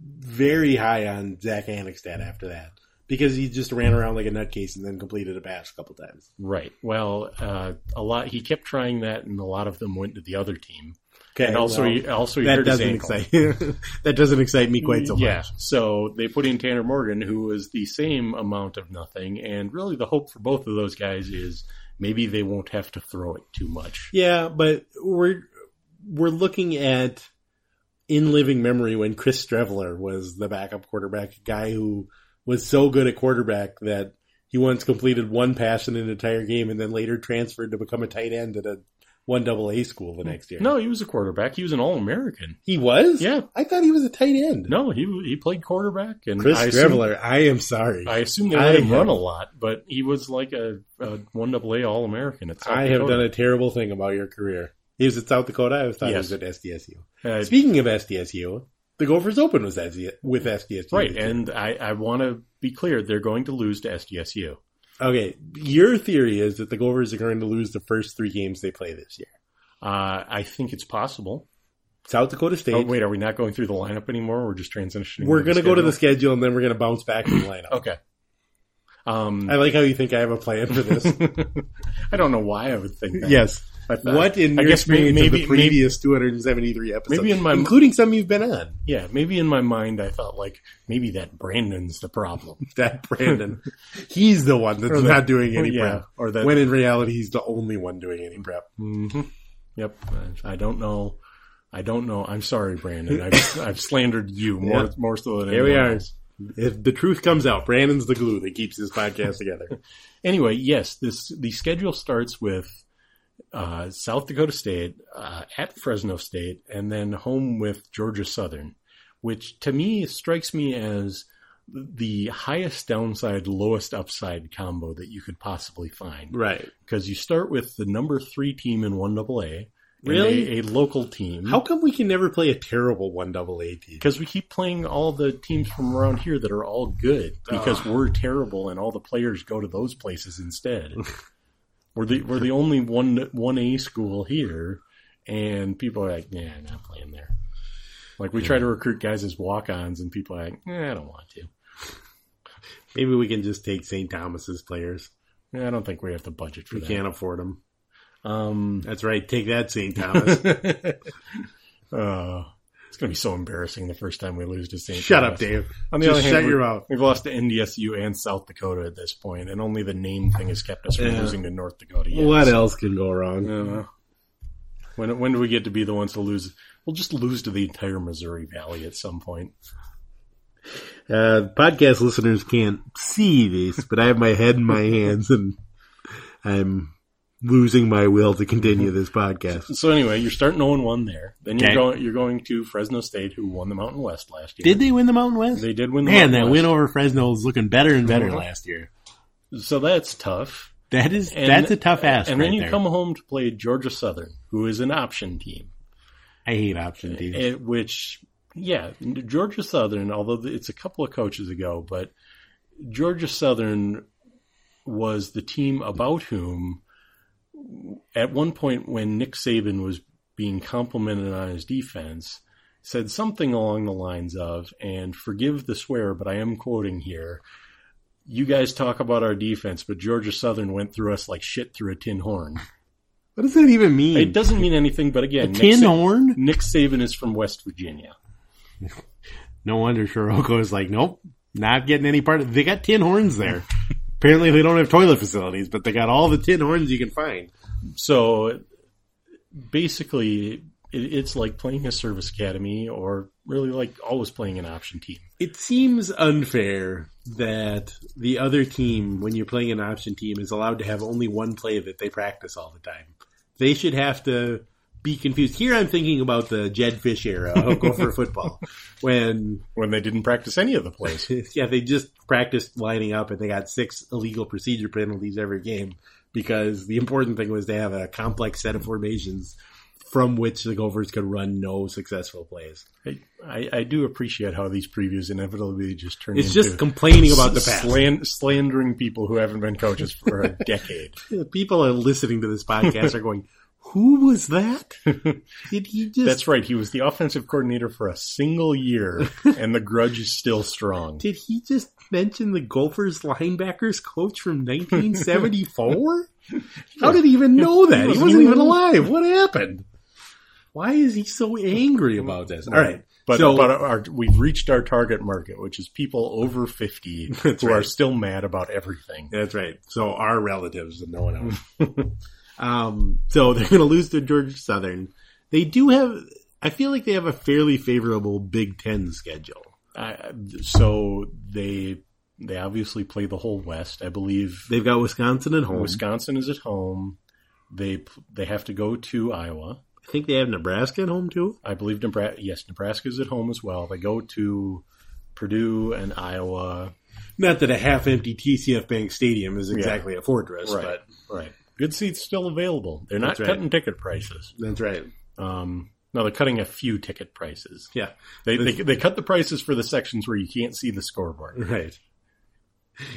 very high on Zach Anixtad after that because he just ran around like a nutcase and then completed a pass a couple times.
Right. Well, uh, a lot. He kept trying that, and a lot of them went to the other team.
Okay,
And also,
well,
he, also he
That
hurt his
doesn't
ankle.
excite that doesn't excite me quite so much.
Yeah. So they put in Tanner Morgan, who was the same amount of nothing, and really the hope for both of those guys is maybe they won't have to throw it too much.
Yeah, but we're we're looking at in living memory when Chris Streveler was the backup quarterback, a guy who was so good at quarterback that he once completed one pass in an entire game and then later transferred to become a tight end at a one double A school the next year.
No, he was a quarterback. He was an All American.
He was?
Yeah.
I thought he was a tight end.
No, he he played quarterback, and
Chris
I assume-
Streveler, I am sorry.
I
I,
assume they let
I
him run
have-
a lot, but he was like a one double A All American. at South
have
Dakota.
done a terrible thing about your career. He was at South Dakota. I thought
Yes.
he was at SDSU.
Uh,
Speaking of SDSU, the Gophers Open was SD, with SDSU.
right,
this year.
and I, I want to be clear: they're going to lose to SDSU.
Okay, your theory is that the Gophers are going to lose the first three games they play this year.
Uh, I think it's possible.
South Dakota State.
Oh, wait, are we not going through the lineup anymore? We're just transitioning.
we're going to go to
schedule?
the schedule and then we're going to bounce back to the lineup.
Okay. Um,
I like how you think I have a plan for this.
I don't know why I would think that.
yes.
But, uh,
What in
I
your
guess may-
experience
maybe-
of the previous 273 episodes,
maybe in my-
including some you've been on,
Yeah, maybe in my mind I thought like maybe that Brandon's the problem.
that Brandon, he's the one that's
Or that-
not doing any
yeah,
prep.
or that-
when in reality, he's the only one doing any prep.
Yep. I I don't know. I don't know. I'm sorry, Brandon. I've, I've slandered you more
Yeah.
more so than
Here we
anyone
are.
else.
If the truth comes out, Brandon's the glue that keeps this podcast together.
Anyway, yes, this the schedule starts with uh, South Dakota State uh, at Fresno State, and then home with Georgia Southern, which to me strikes me as the highest downside, lowest upside combo that you could possibly find.
right.
because you start with the number three team in one double A,
Really?
a, a local team.
How come we can never play a terrible one double A team?
Because we keep playing all the teams from around here that are all good because we're terrible, and all the players go to those places instead. we're the we're the only one one A school here, and people are like, "Nah, not playing there." Like we try to recruit guys as walk-ons, and people are like, "Nah, I don't want to.
Maybe we can just take St. Thomas's players.
Nah, I don't think we have the budget for
We
that."
can't afford them.
Um,
That's right. Take that, St. Thomas.
uh, It's going to be so embarrassing the first time we lose to St.
Shut up,
Thomas.
Dave.
On the
Just
other hand,
shut
we-
your mouth.
We've lost to NDSU and South Dakota at this point, and only the name thing has kept us from losing to North Dakota. Yet.
What else can go wrong?
Uh, when when do we get to be the ones to lose? We'll just lose to the entire Missouri Valley at some point.
Uh, podcast listeners can't see this, but I have my head in my hands and I'm losing my will to continue this podcast.
So anyway, you're starting 0 1 there. Then you're
Okay.
going you're going to Fresno State, who won the Mountain West last year.
Did they win the Mountain West?
They did win the
Man,
Mountain
that
West.
win over Fresno is looking better and better last year.
So that's tough.
That is
And-
that's a tough ass.
And then
right
you
there.
come home to play Georgia Southern, who is an option team.
I hate option teams.
Eh, which, yeah, Georgia Southern, although th- it's a couple of coaches ago, but Georgia Southern was the team about whom, at one point when Nick Saban was being complimented on his defense, said something along the lines of, and forgive the swear, but I am quoting here. You guys talk about our defense, but Georgia Southern went through us like shit through a tin horn.
what does that even mean?
It doesn't mean anything, but again, Nick
Hmm. Tin
Sa-
horn?
Nick Saban is from West Virginia.
No wonder Shiroko is like, nope, not getting any part of. They got tin horns there. Apparently, they don't have toilet facilities, but they got all the tin horns you can find.
So basically, it, it's like playing a service academy or really like always playing an option team.
It seems unfair that the other team, when you're playing an option team, is allowed to have only one play that they practice all the time. They should have to be confused. Here, I'm thinking about the Jed Fish era of Gopher football, when
When they didn't practice any of the plays.
yeah, they just practiced lining up and they got six illegal procedure penalties every game because the important thing was to have a complex set of formations from which the Gophers could run no successful plays.
I, I, I do appreciate how these previews inevitably just turn
It's
into
just complaining about the past.
slan- slandering people who haven't been coaches for a decade.
People are listening to this podcast are going, who was that? Did he just
That's right. He was the offensive coordinator for a single year, and the grudge is still strong.
did he just mention the Gophers linebackers coach from 1974? How did he even know that? He wasn't, even alive. What happened? Why is he so angry about this? All right.
But,
so,
but our, we've reached our target market, which is people over 50 who are still mad about everything.
that's right. So our relatives and no one else. um, so they're going to lose to Georgia Southern. They do have. I feel like they have a fairly favorable Big Ten schedule.
I, so they they obviously play the whole West. I believe
They've got Wisconsin at home.
Wisconsin is at home. They they have to go to Iowa.
I think they have Nebraska at home too.
I believe Nebraska. Yes, Nebraska is at home as well. They go to Purdue and Iowa.
Not that a half-empty TCF Bank Stadium is exactly a fortress, but
right. Good seats still available. They're not
That's right.
cutting ticket prices.
that's right.
Um, no, they're cutting a few ticket prices.
Yeah,
They, they they cut the prices for the sections where you can't see the scoreboard.
Right.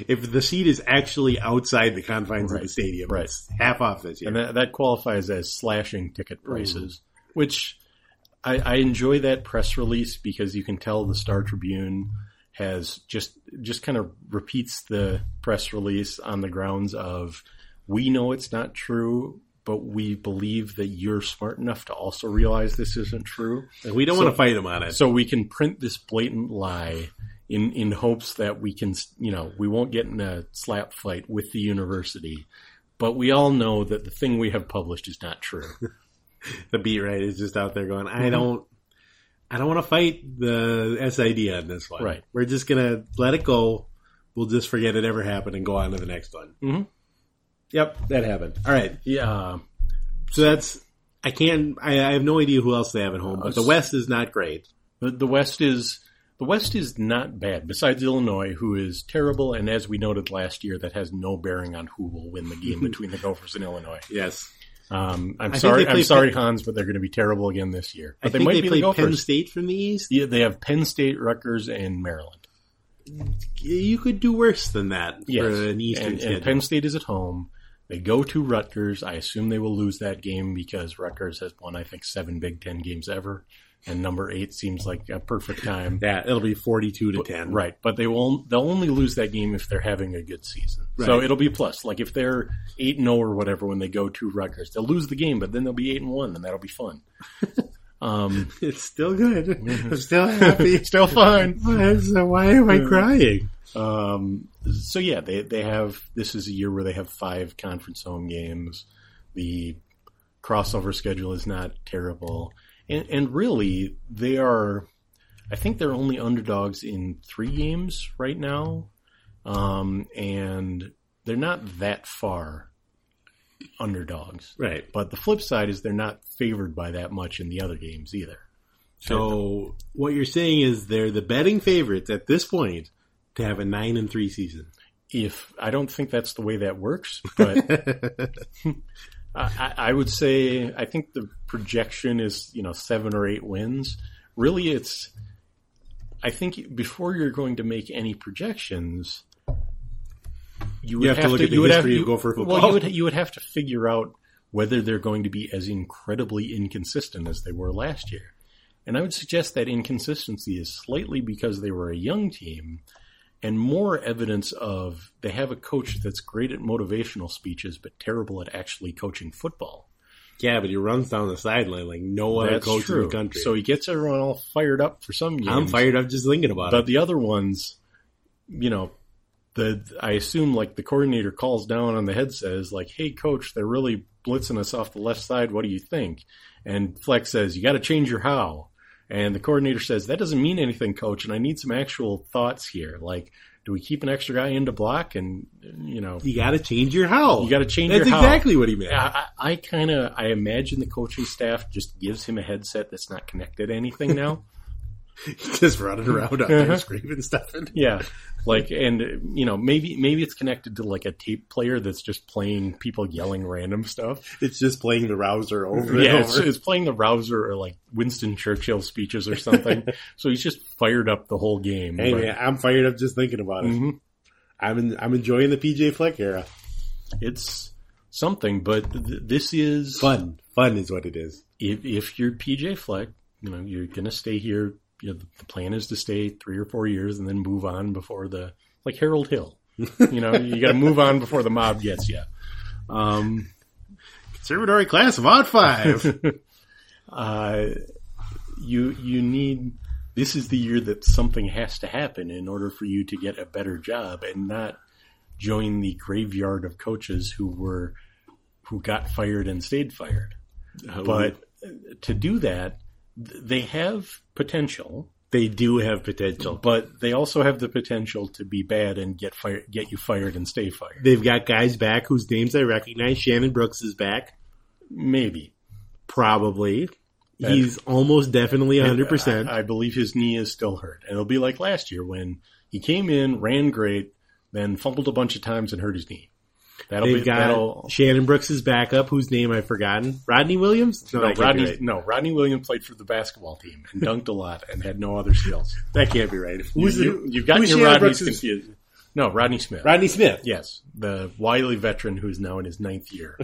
If the seat is actually outside the confines of the
Right.
stadium,
Right.
it's half off this year.
and that, that qualifies as slashing ticket prices, which I, I enjoy that press release because you can tell the Star Tribune has just just kind of repeats the press release on the grounds of we know it's not true, but we believe that you're smart enough to also realize this isn't true,
And we don't want to fight them on it.
so we can print this blatant lie. In, in hopes that we can, you know, we won't get in a slap fight with the university, but we all know that the thing we have published is not true.
the beat right is just out there going, I don't, I don't want to fight the SID on this one.
Right.
We're just gonna let it go. We'll just forget it ever happened and go on to the next one.
Mhm.
Yep, that happened. All right.
Yeah,
So that's I can't. I, I have no idea who else they have at home, but the West is not great.
the, the West is the West is not bad. Besides Illinois, who is terrible, and as we noted last year, that has no bearing on who will win the game between the Gophers and Illinois.
Yes.
Um,
I
I'm
think
sorry,
they play
I'm sorry,
Penn-
Hans, but they're going to be terrible again this year.
I
But they
think
might
they
be
play
the
Penn
Gophers.
State from the East.
yeah, they have Penn State, Rutgers, and Maryland.
You could do worse than that
Yes,
for an Eastern
and,
schedule.
and Penn State is at home. They go to Rutgers. I assume they will lose that game because Rutgers has won, I think, seven Big Ten games ever, and number eight seems like a perfect time.
Yeah, it'll be forty-two to ten.
Right, but they will they'll only lose that game if they're having a good season. So
Right.
it'll be a plus. Like if they're oh 8 and 0 or whatever when they go to Rutgers, they'll lose the game, but then they'll be 8 and 1 and that'll be fun. Um,
It's still good. I'm still happy.
Mm-hmm. still fun.
so why am I crying?
Um, so yeah, they they have this is a year where they have five conference home games. The crossover schedule is not terrible, and and really they are. I think they're only underdogs in three games right now, um, and they're not that far underdogs.
Right.
But the flip side is they're not favored by that much in the other games either.
So what you're saying is they're the betting favorites at this point to have a nine and three season.
if I don't think that's the way that works, but I, I- I would say I think the projection is you know seven or eight wins. Really, it's I think before you're going to make any projections, you would
have to look at the
you would
history of
have,
Gopher
you- Well,
football.
you would you would have to figure out whether they're going to be as incredibly inconsistent as they were last year. And I would suggest that inconsistency is slightly because they were a young team and more evidence of they have a coach that's great at motivational speeches but terrible at actually coaching football.
Yeah, but he runs down the sideline like no other
That's
coach
true.
in the country.
So he gets everyone all fired up for some games.
I'm fired up just thinking about
But
it.
the other ones, you know, the I assume like the coordinator calls down on the headset is like, "Hey, coach, they're really blitzing us off the left side. What do you think?" And Flex says, "You got to change your how." And the coordinator says, "That doesn't mean anything, coach. And I need some actual thoughts here. Like, do we keep an extra guy in to block? And you know,
You got to change your how.
You gotta change
That's
your how.
exactly what he meant.
I, I kind of I imagine the coaching staff just gives him a headset that's not connected to anything now.
just running around out there screaming stuff. And
yeah, like and uh, you know maybe maybe it's connected to like a tape player that's just playing people yelling random stuff.
it's just playing the rouser over and
Yeah, it's,
over.
it's playing the Rouser or like Winston Churchill speeches or something. so he's just fired up the whole game.
Hey
but
man, I'm fired up just thinking about it. I'm in, I'm enjoying the PJ Fleck era.
it's something. But th- this is
Fun, fun is what it is.
if, if you're PJ Fleck, you know, you're going to stay here. You know, the, the plan is to stay three or four years and then move on before the, like Harold Hill. You know, you got to move on before the mob gets you. Um,
Conservatory class of odd five.
uh, you, you need, this is the year that something has to happen in order for you to get a better job and not join the graveyard of coaches who were, who got fired and stayed fired.
Oh.
But to do that, th- they have potential.
they do have potential.
but they also have the potential to be bad and get fired, get you fired and stay fired.
They've got guys back whose names I recognize. Shannon Brooks is back.
Maybe
Probably. He's almost definitely 100%.
I, I believe his knee is still hurt, and it'll be like last year when he came in, ran great, then fumbled a bunch of times and hurt his knee. That'll
They've
be
got
that'll.
Shannon Brooks' backup, whose name I've forgotten. Rodney Williams?
No,
that can't be
Rodney,
right.
no, Rodney Williams played for the basketball team and dunked a lot and had no other skills.
That can't be right. Who's the-
you, have gotten
who's
your
Shannon
Rodney's
Brooks's-
confused. No, Rodney Smith.
Rodney Smith.
Yes, the Wiley veteran who's now in his ninth year.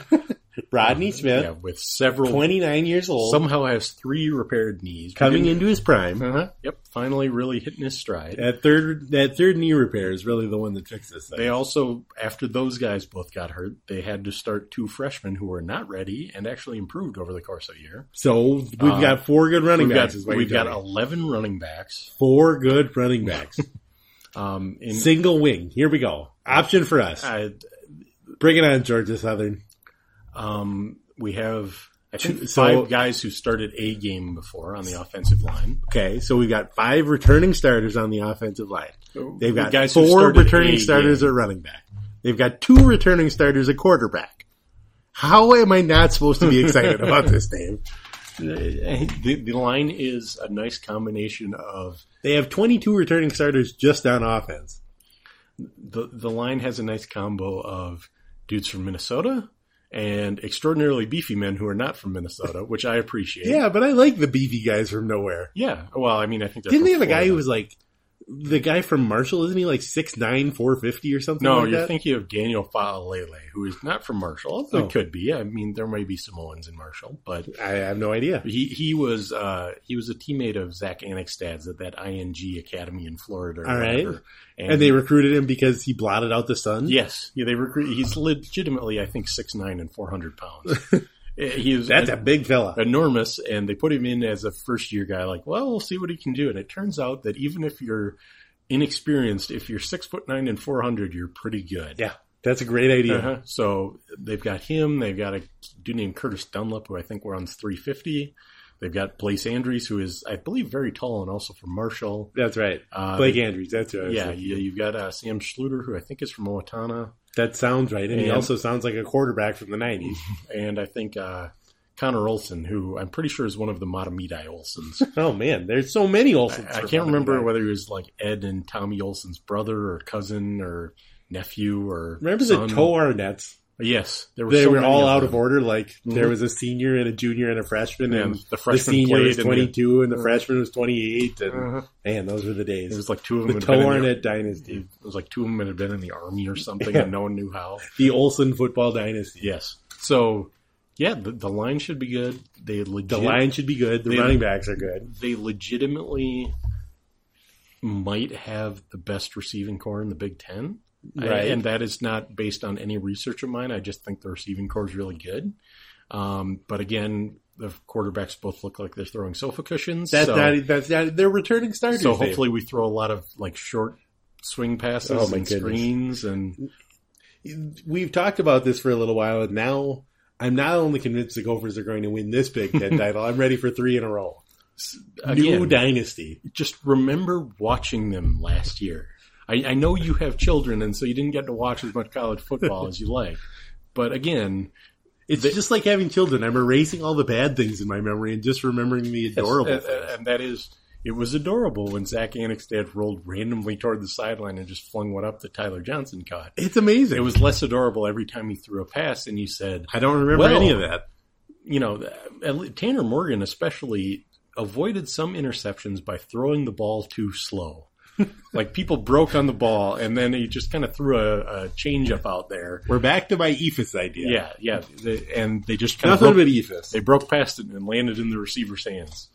Rodney Smith,
yeah, with several
29 years old,
somehow has three repaired knees. We
coming
didn't-
into his prime.
Uh-huh. Yep. Finally, really hitting his stride.
That third that third knee repair is really the one that fixes
they
this.
also, after those guys both got hurt, they had to start two freshmen who were not ready and actually improved over the course of the year.
So we've got four good running
Uh, We've got,
backs. is what
we've
you're
got
telling me.
11 running backs.
four good running backs.
Um, in,
Single wing. Here we go. Option for us.
uh,
Bring it on, Georgia Southern.
um, we have I think,
Two- so-
five guys who started a game before on the offensive line.
Okay, so we've got five returning starters on the offensive line. They've got
Guys who
four
started a
returning starters
game.
at running back. They've got two returning starters at quarterback. How am I not supposed to be excited about this name?
Uh, The, the line is a nice combination of
They have 22 returning starters just on offense.
the the line has a nice combo of dudes from Minnesota and extraordinarily beefy men who are not from Minnesota, which I appreciate.
Yeah, but I like the beefy guys from nowhere.
Yeah. Well, I mean, I think they're
Didn't
from
they have a guy
Florida.
who was like the guy from Marshall? Isn't he like 6'9", 450 or something?
No,
like
you're
that?
thinking of Daniel Faalele, who is not from Marshall. Although
Oh.
it could be. I mean, there may be Samoans in Marshall, but
I have no idea.
he he was uh, he was a teammate of Zach Anixtad's at that ING Academy in Florida. Or
All right.
whatever.
And they recruited him because he blotted out the sun.
Yes, yeah, they recruit. He's legitimately, I think, six nine and four hundred pounds, Eh, He's
That's a big
Uh-huh.
fella.
enormous, and they put him in as a first year guy. Like, well, we'll see what he can do. And it turns out that even if you're inexperienced, if you're six foot nine and four hundred, you're pretty good.
Yeah, that's a great idea.
Uh-huh. So they've got him. They've got a dude named Curtis Dunlap, who I think runs three fifty. They've got Blaze Andrews, who is, I believe, very tall and also from Marshall.
That's right.
Uh,
Blake Andrews. That's right.
Yeah, you, you've got uh, Sam Schluter, who I think is from Owatonna,
that sounds right. And, he
And-
also sounds like a quarterback from the '90s.
and I think uh, Connor Olson, who I'm pretty sure is one of the Matamidi Olsons.
oh man, there's so many Olsons.
I can't remember whether he was like Ed and Tommy Olson's brother or cousin or nephew or
Remember
son.
the toe Arnett's?
Yes, there were
They
so
were
many
all
of
out
them.
of
Mm-hmm.
order. Like there was a senior and a junior and a freshman,
Yeah,
and
the freshman
senior
played
was
and the-
22 and the freshman was 28. And
Uh-huh.
man, those were the days.
There was like two
the
of them. had been
toe
in the-
Arnett dynasty,
It was like two of them had been in the army or something,
Yeah.
and no one knew how.
the Olson football dynasty.
Yes. So, yeah, the, the line should be good. They legit,
The line should be good. The
They-
running backs are good.
they legitimately might have the best receiving core in the Big Ten. I-
Right.
and that is not based on any research of mine. I just think the receiving core is really good. Um, but again, the quarterbacks both look like they're throwing sofa cushions.
That's
so,
not. That's not. They're returning starters.
so
Dave.
hopefully we throw a lot of like short swing passes
Oh, my
and
goodness.
screens and
we've talked about this for a little while, and now I'm not only convinced the Gophers are going to win this Big Ten title, I'm ready for three in a row. New
again,
dynasty.
just remember watching them last year. I, I know you have children, and so you didn't get to watch as much college football as you like. But again,
It's just like having children. I'm erasing all the bad things in my memory and just remembering the adorable.
and,
things.
and that is, it was adorable when Zach Anixtad rolled randomly toward the sideline and just flung one up that Tyler Johnson caught.
It's amazing.
It was less adorable every time he threw a pass, and you said,
I don't remember
Well-
any of that.
you know, at le- Tanner Morgan especially avoided some interceptions by throwing the ball too slow. like people broke on the ball, and then he just kind of threw a, a changeup out there.
We're back to my Ephus idea.
Yeah, yeah, they- and they just kind
Nothing
of broke,
but Ephus.
they broke past it and landed in the receiver's hands.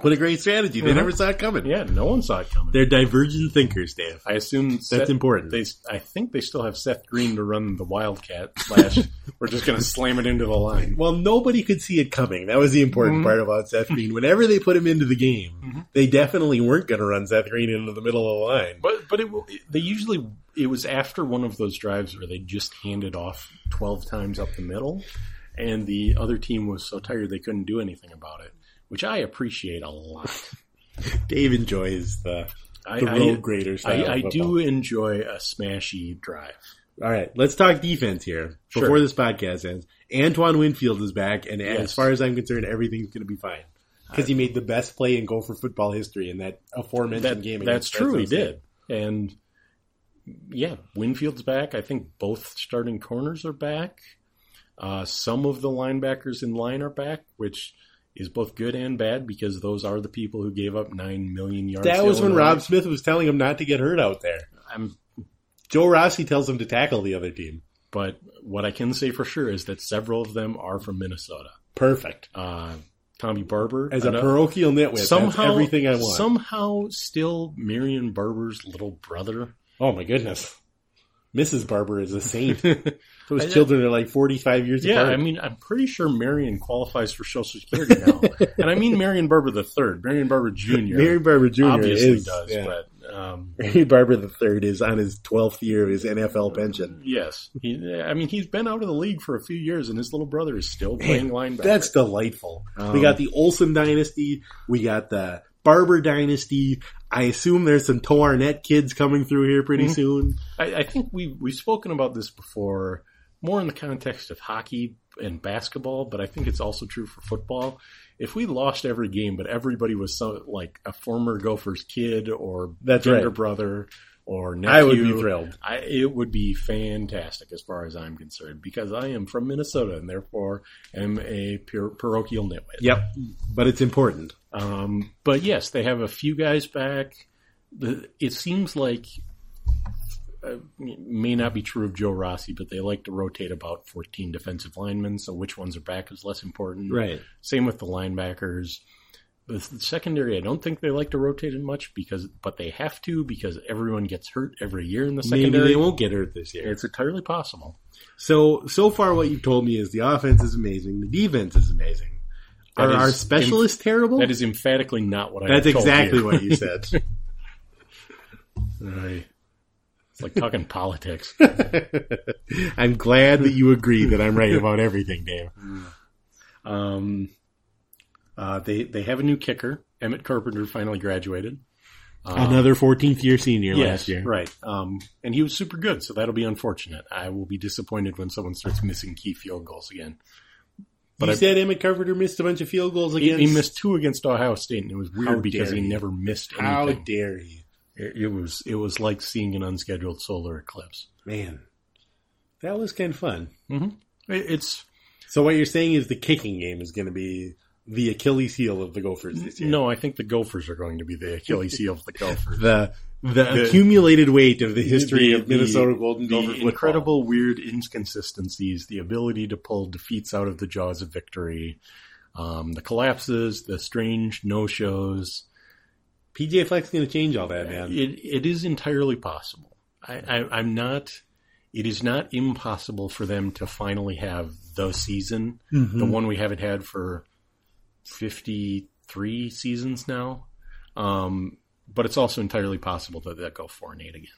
What a great strategy. They
Mhm.
never saw it coming.
Yeah, no one saw it coming.
They're divergent thinkers, Dave.
I assume Seth-
important.
They, I think they still have Seth Green to run the Wildcat slash. We're just going to slam it into the line.
Well, nobody could see it coming. That was the important part about Seth Green. Whenever they put him into the game, they definitely weren't going to run Seth Green into the middle of the line.
But but it w- they usually it was after one of those drives where they just handed off twelve times up the middle, and the other team was so tired they couldn't do anything about it, which I appreciate a lot.
Dave enjoys the
I,
the
I-
road grader
I,
style.
I
of
do
football.
enjoy a smashy drive.
All right, let's talk defense here before
Sure.
this podcast ends. Antoine Winfield is back, and as
Yes.
far as I'm concerned, everything's going to be fine because he made the best play in Gopher football history in that aforementioned
That-
game.
that's
against
true. He
Fresno State.
did, and yeah, Winfield's back. I think both starting corners are back. Uh, some of the linebackers in line are back, which is both good and bad because those are the people who gave up nine million yards.
That
to
was when
Illinois.
Rob Smith was telling him not to get hurt out there.
I'm,
Joe Rossi tells him to tackle the other team.
but what I can say for sure is that several of them are from Minnesota.
Perfect.
Uh, Tommy Barber
As a
ano-
parochial nitwit, that's everything I want.
Somehow, still Marion Barber's little brother.
oh my goodness, Mrs. Barber is a saint.
I-
Those children are like 45 years
Yeah,
apart.
I mean, I'm pretty sure Marion qualifies for Social Security now, and I mean Marion Barber the third, Marion Barber Jr.
Mary Barber Jr.
obviously
is,
does,
yeah.
but um,
Ray Barber III is on his 12th year of his NFL pension.
yes, he, I mean he's been out of the league for a few years, and his little brother is still playing linebacker.
That's delightful.
Um,
we got the Olsen dynasty. We got the Barber dynasty. I assume there's some To Arnett kids coming through here
Mm-hmm.
pretty soon.
I, I think we we've spoken about this before, more in the context of hockey and basketball, but I think it's also true for football. If we lost every game, but everybody was so, like a former Gophers kid or
That's
younger
right.
brother or nephew,
I would be thrilled.
I, it would be fantastic as far as I'm concerned because I am from Minnesota and therefore am a par- parochial nitwit.
Yep. But it's important.
Um, but yes, they have a few guys back. The, it seems like uh, may not be true of Joe Rossi, but they like to rotate about 14 defensive linemen, so which ones are back is less important. Same with the linebackers. The s- secondary, I don't think they like to rotate it much because, but they have to because everyone gets hurt every year in the
Maybe
secondary.
they won't get hurt this year.
It's entirely possible.
So so far, what you've told me is the offense is amazing, the defense is amazing.
That
Are
is
our specialists terrible?
That is emphatically not what I.
That's
was told
exactly
here.
what you said.
Aye. It's like talking politics.
I'm glad that you agree that I'm right about everything, Dave.
Um, uh, they they have a new kicker. Emmett Carpenter finally graduated.
Another 14th year senior last year. Uh,
right. Um, and he was super good, so that'll be unfortunate. I will be disappointed when someone starts missing key field goals again.
But you
I-
said Emmett Carpenter missed a bunch of field goals
He,
against.
he missed two against Ohio State, and it was weird
How
because
dare
he
you.
never missed
How
anything.
dare you,
It, it was it was like seeing an unscheduled solar eclipse.
man? That was kind of fun.
It, it's
So what you're saying is the kicking game is going to be the Achilles heel of the Gophers this year.
no, I think the Gophers are going to be the Achilles heel of the Gophers.
the the, accumulated weight of the history
the-
of Minnesota
the-
Golden
the
Gophers football.
incredible weird inconsistencies, the ability to pull defeats out of the jaws of victory, um, the collapses, the strange no shows.
PJ Fleck's going to change all that, man.
It it is entirely possible. I, I I'm not. It is not impossible for them to finally have the season,
Mm-hmm.
the one we haven't had for fifty three seasons now. Um, but it's also entirely possible that they go four and eight again.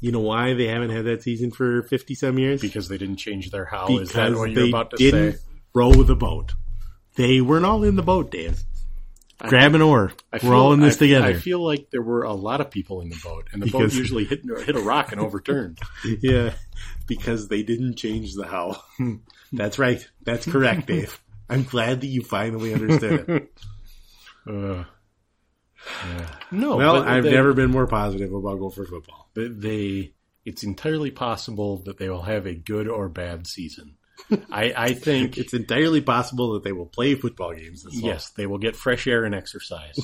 You know why they haven't had that season for 50 some years?
because they didn't change their how.
because
Oh, is that what you're
they
about to
didn't
say?
row the boat. They weren't all in the boat, Dave. Grab an oar.
I
We're all in this
I-
together.
I feel like there were a lot of people in the boat, and the boat
Because-
usually hit hit a rock and overturned.
yeah, because they didn't change the how.
Hmm.
That's right. That's correct, Dave. I'm glad that you finally understood it.
Uh, yeah. No,
Well,
but
I've
they-
never been more positive about Gopher football.
They, they- it's entirely possible that they will have a good or bad season. I, I think
It's entirely possible that they will play football games this fall.
yes, they will get fresh air and exercise.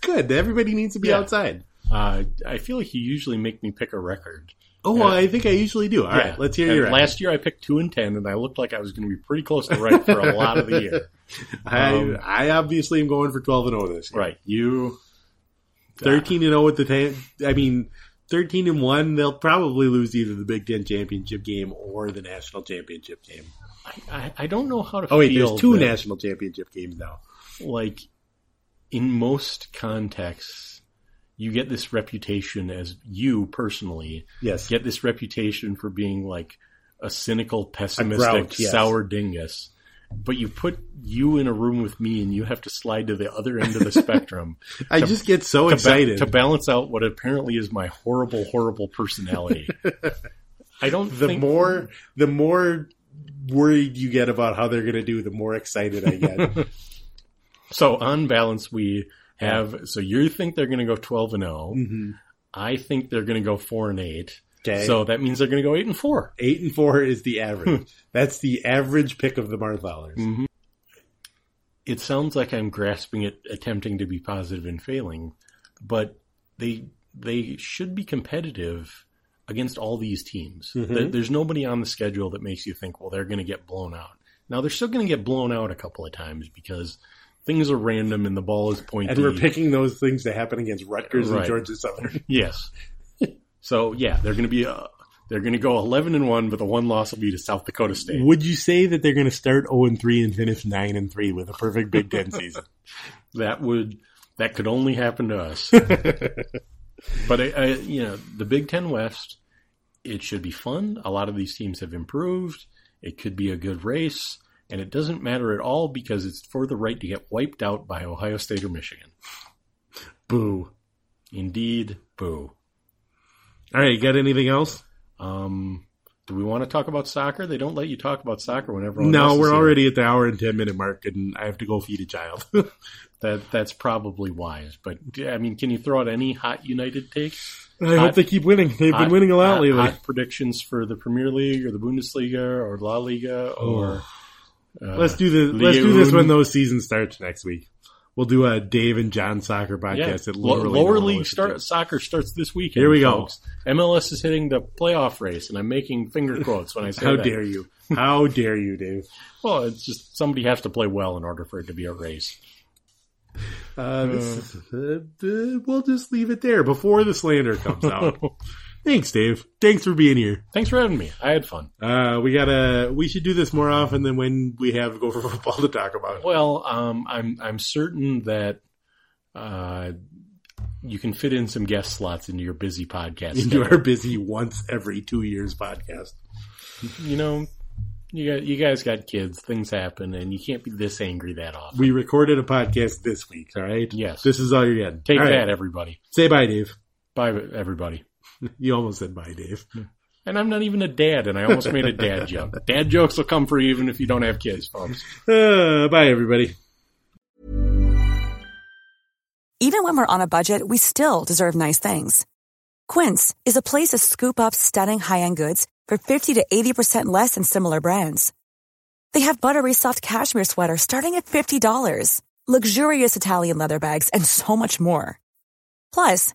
Good. Everybody needs to be
Yeah.
outside.
uh, I feel like you usually make me pick a record.
Oh, well, I think I usually do. All
Yeah.
right, let's hear
And
your last.
Last year I picked two and ten, and I looked like I was going to be pretty close to right for a lot of the year.
I,
um,
I obviously am going for 12 and 0 this year.
Right. You
13 and 0 with the ten. I mean, 13 and 1, they'll probably lose either the Big Ten championship game or the national championship game.
I, I don't know how to
Oh, wait,
feel
there's two
that,
national championship games now.
like in most contexts you get this reputation as you personally
Yes.
get this reputation for being like a cynical, pessimistic,
grouch, yes.
sour dingus. But you put you in a room with me and you have to slide to the other end of the spectrum
I just get so
to, ba-
excited.
to balance out what apparently is my horrible, horrible personality. I don't
the
think
more the more worried you get about how they're going to do, the more excited I get.
So on balance, we have. So you think they're going to go twelve and 0 I think they're going to go four and eight.
Mm-hmm. Okay.
So that means they're going to go eight and four.
8 and 4 is the average. That's the average pick of the Marthaulers.
It sounds like I'm grasping at attempting to be positive and failing, but they they should be competitive against all these teams.
Mm-hmm.
There- There's nobody on the schedule that makes you think, well, they're going to get blown out. Now they're still going to get blown out a couple of times because things are random and the ball is pointy.
And we're picking those things to happen against Rutgers
Right.
and Georgia Southern.
Yes. so yeah, they're going to be uh, they're going to go eleven and one, but the one loss will be to South Dakota State.
Would you say that they're going to start 0 and 3 and finish 9 and 3 with a perfect Big Ten season?
That would that could only happen to us. but I, I, you know, the Big Ten West, it should be fun. A lot of these teams have improved. It could be a good race, and it doesn't matter at all because it's for the right to get wiped out by Ohio State or Michigan.
Boo.
Indeed, boo.
All right, got anything else?
Um, do we want to talk about soccer? They don't let you talk about soccer whenever.
No, we're already at the hour and 10 minute mark, and I have to go feed a child.
That that's probably wise, but I mean, can you throw out any hot United takes?
I hope they keep winning. They've
Hot-
been winning a lot
hot-
lately.
hot predictions for the Premier League or the Bundesliga or La Liga or uh,
Let's do this. Let's do this
Leon.
when those season starts next week. We'll do a Dave and John soccer
yeah,
podcast at
Lo-
lower,
lower,
League. No one will
league
listen to
start
it.
soccer starts this weekend.
Here we go.
folks. MLS is hitting the playoff race, and I'm making finger quotes when I say
How
that.
dare you? How dare you, Dave?
Well, it's just somebody has to play well in order for it to be a race.
Uh, this is, uh, uh, we'll just leave it there before the slander comes out. Thanks, Dave. Thanks for being here.
Thanks for having me. I had fun.
Uh, we gotta. We should do this more often than when we have go for football to talk about.
Well, um, I'm I'm certain that uh, you can fit in some guest slots into your busy podcast.
Into
schedule.
our busy once every two years podcast.
you know, you got you guys got kids. Things happen, and you can't be this angry that often.
We recorded a podcast this week. All right.
Yes.
This is all you're getting.
Take
All right.
that, everybody.
Say bye, Dave.
Bye, everybody.
You almost said bye, Dave.
And I'm not even a dad, and I almost made a dad joke. Dad jokes will come for you even if you don't have kids, folks.
Uh, bye, everybody.
Even when we're on a budget, we still deserve nice things. Quince is a place to scoop up stunning high-end goods for 50 to 80% less than similar brands. They have buttery soft cashmere sweaters starting at $50, luxurious Italian leather bags, and so much more. Plus,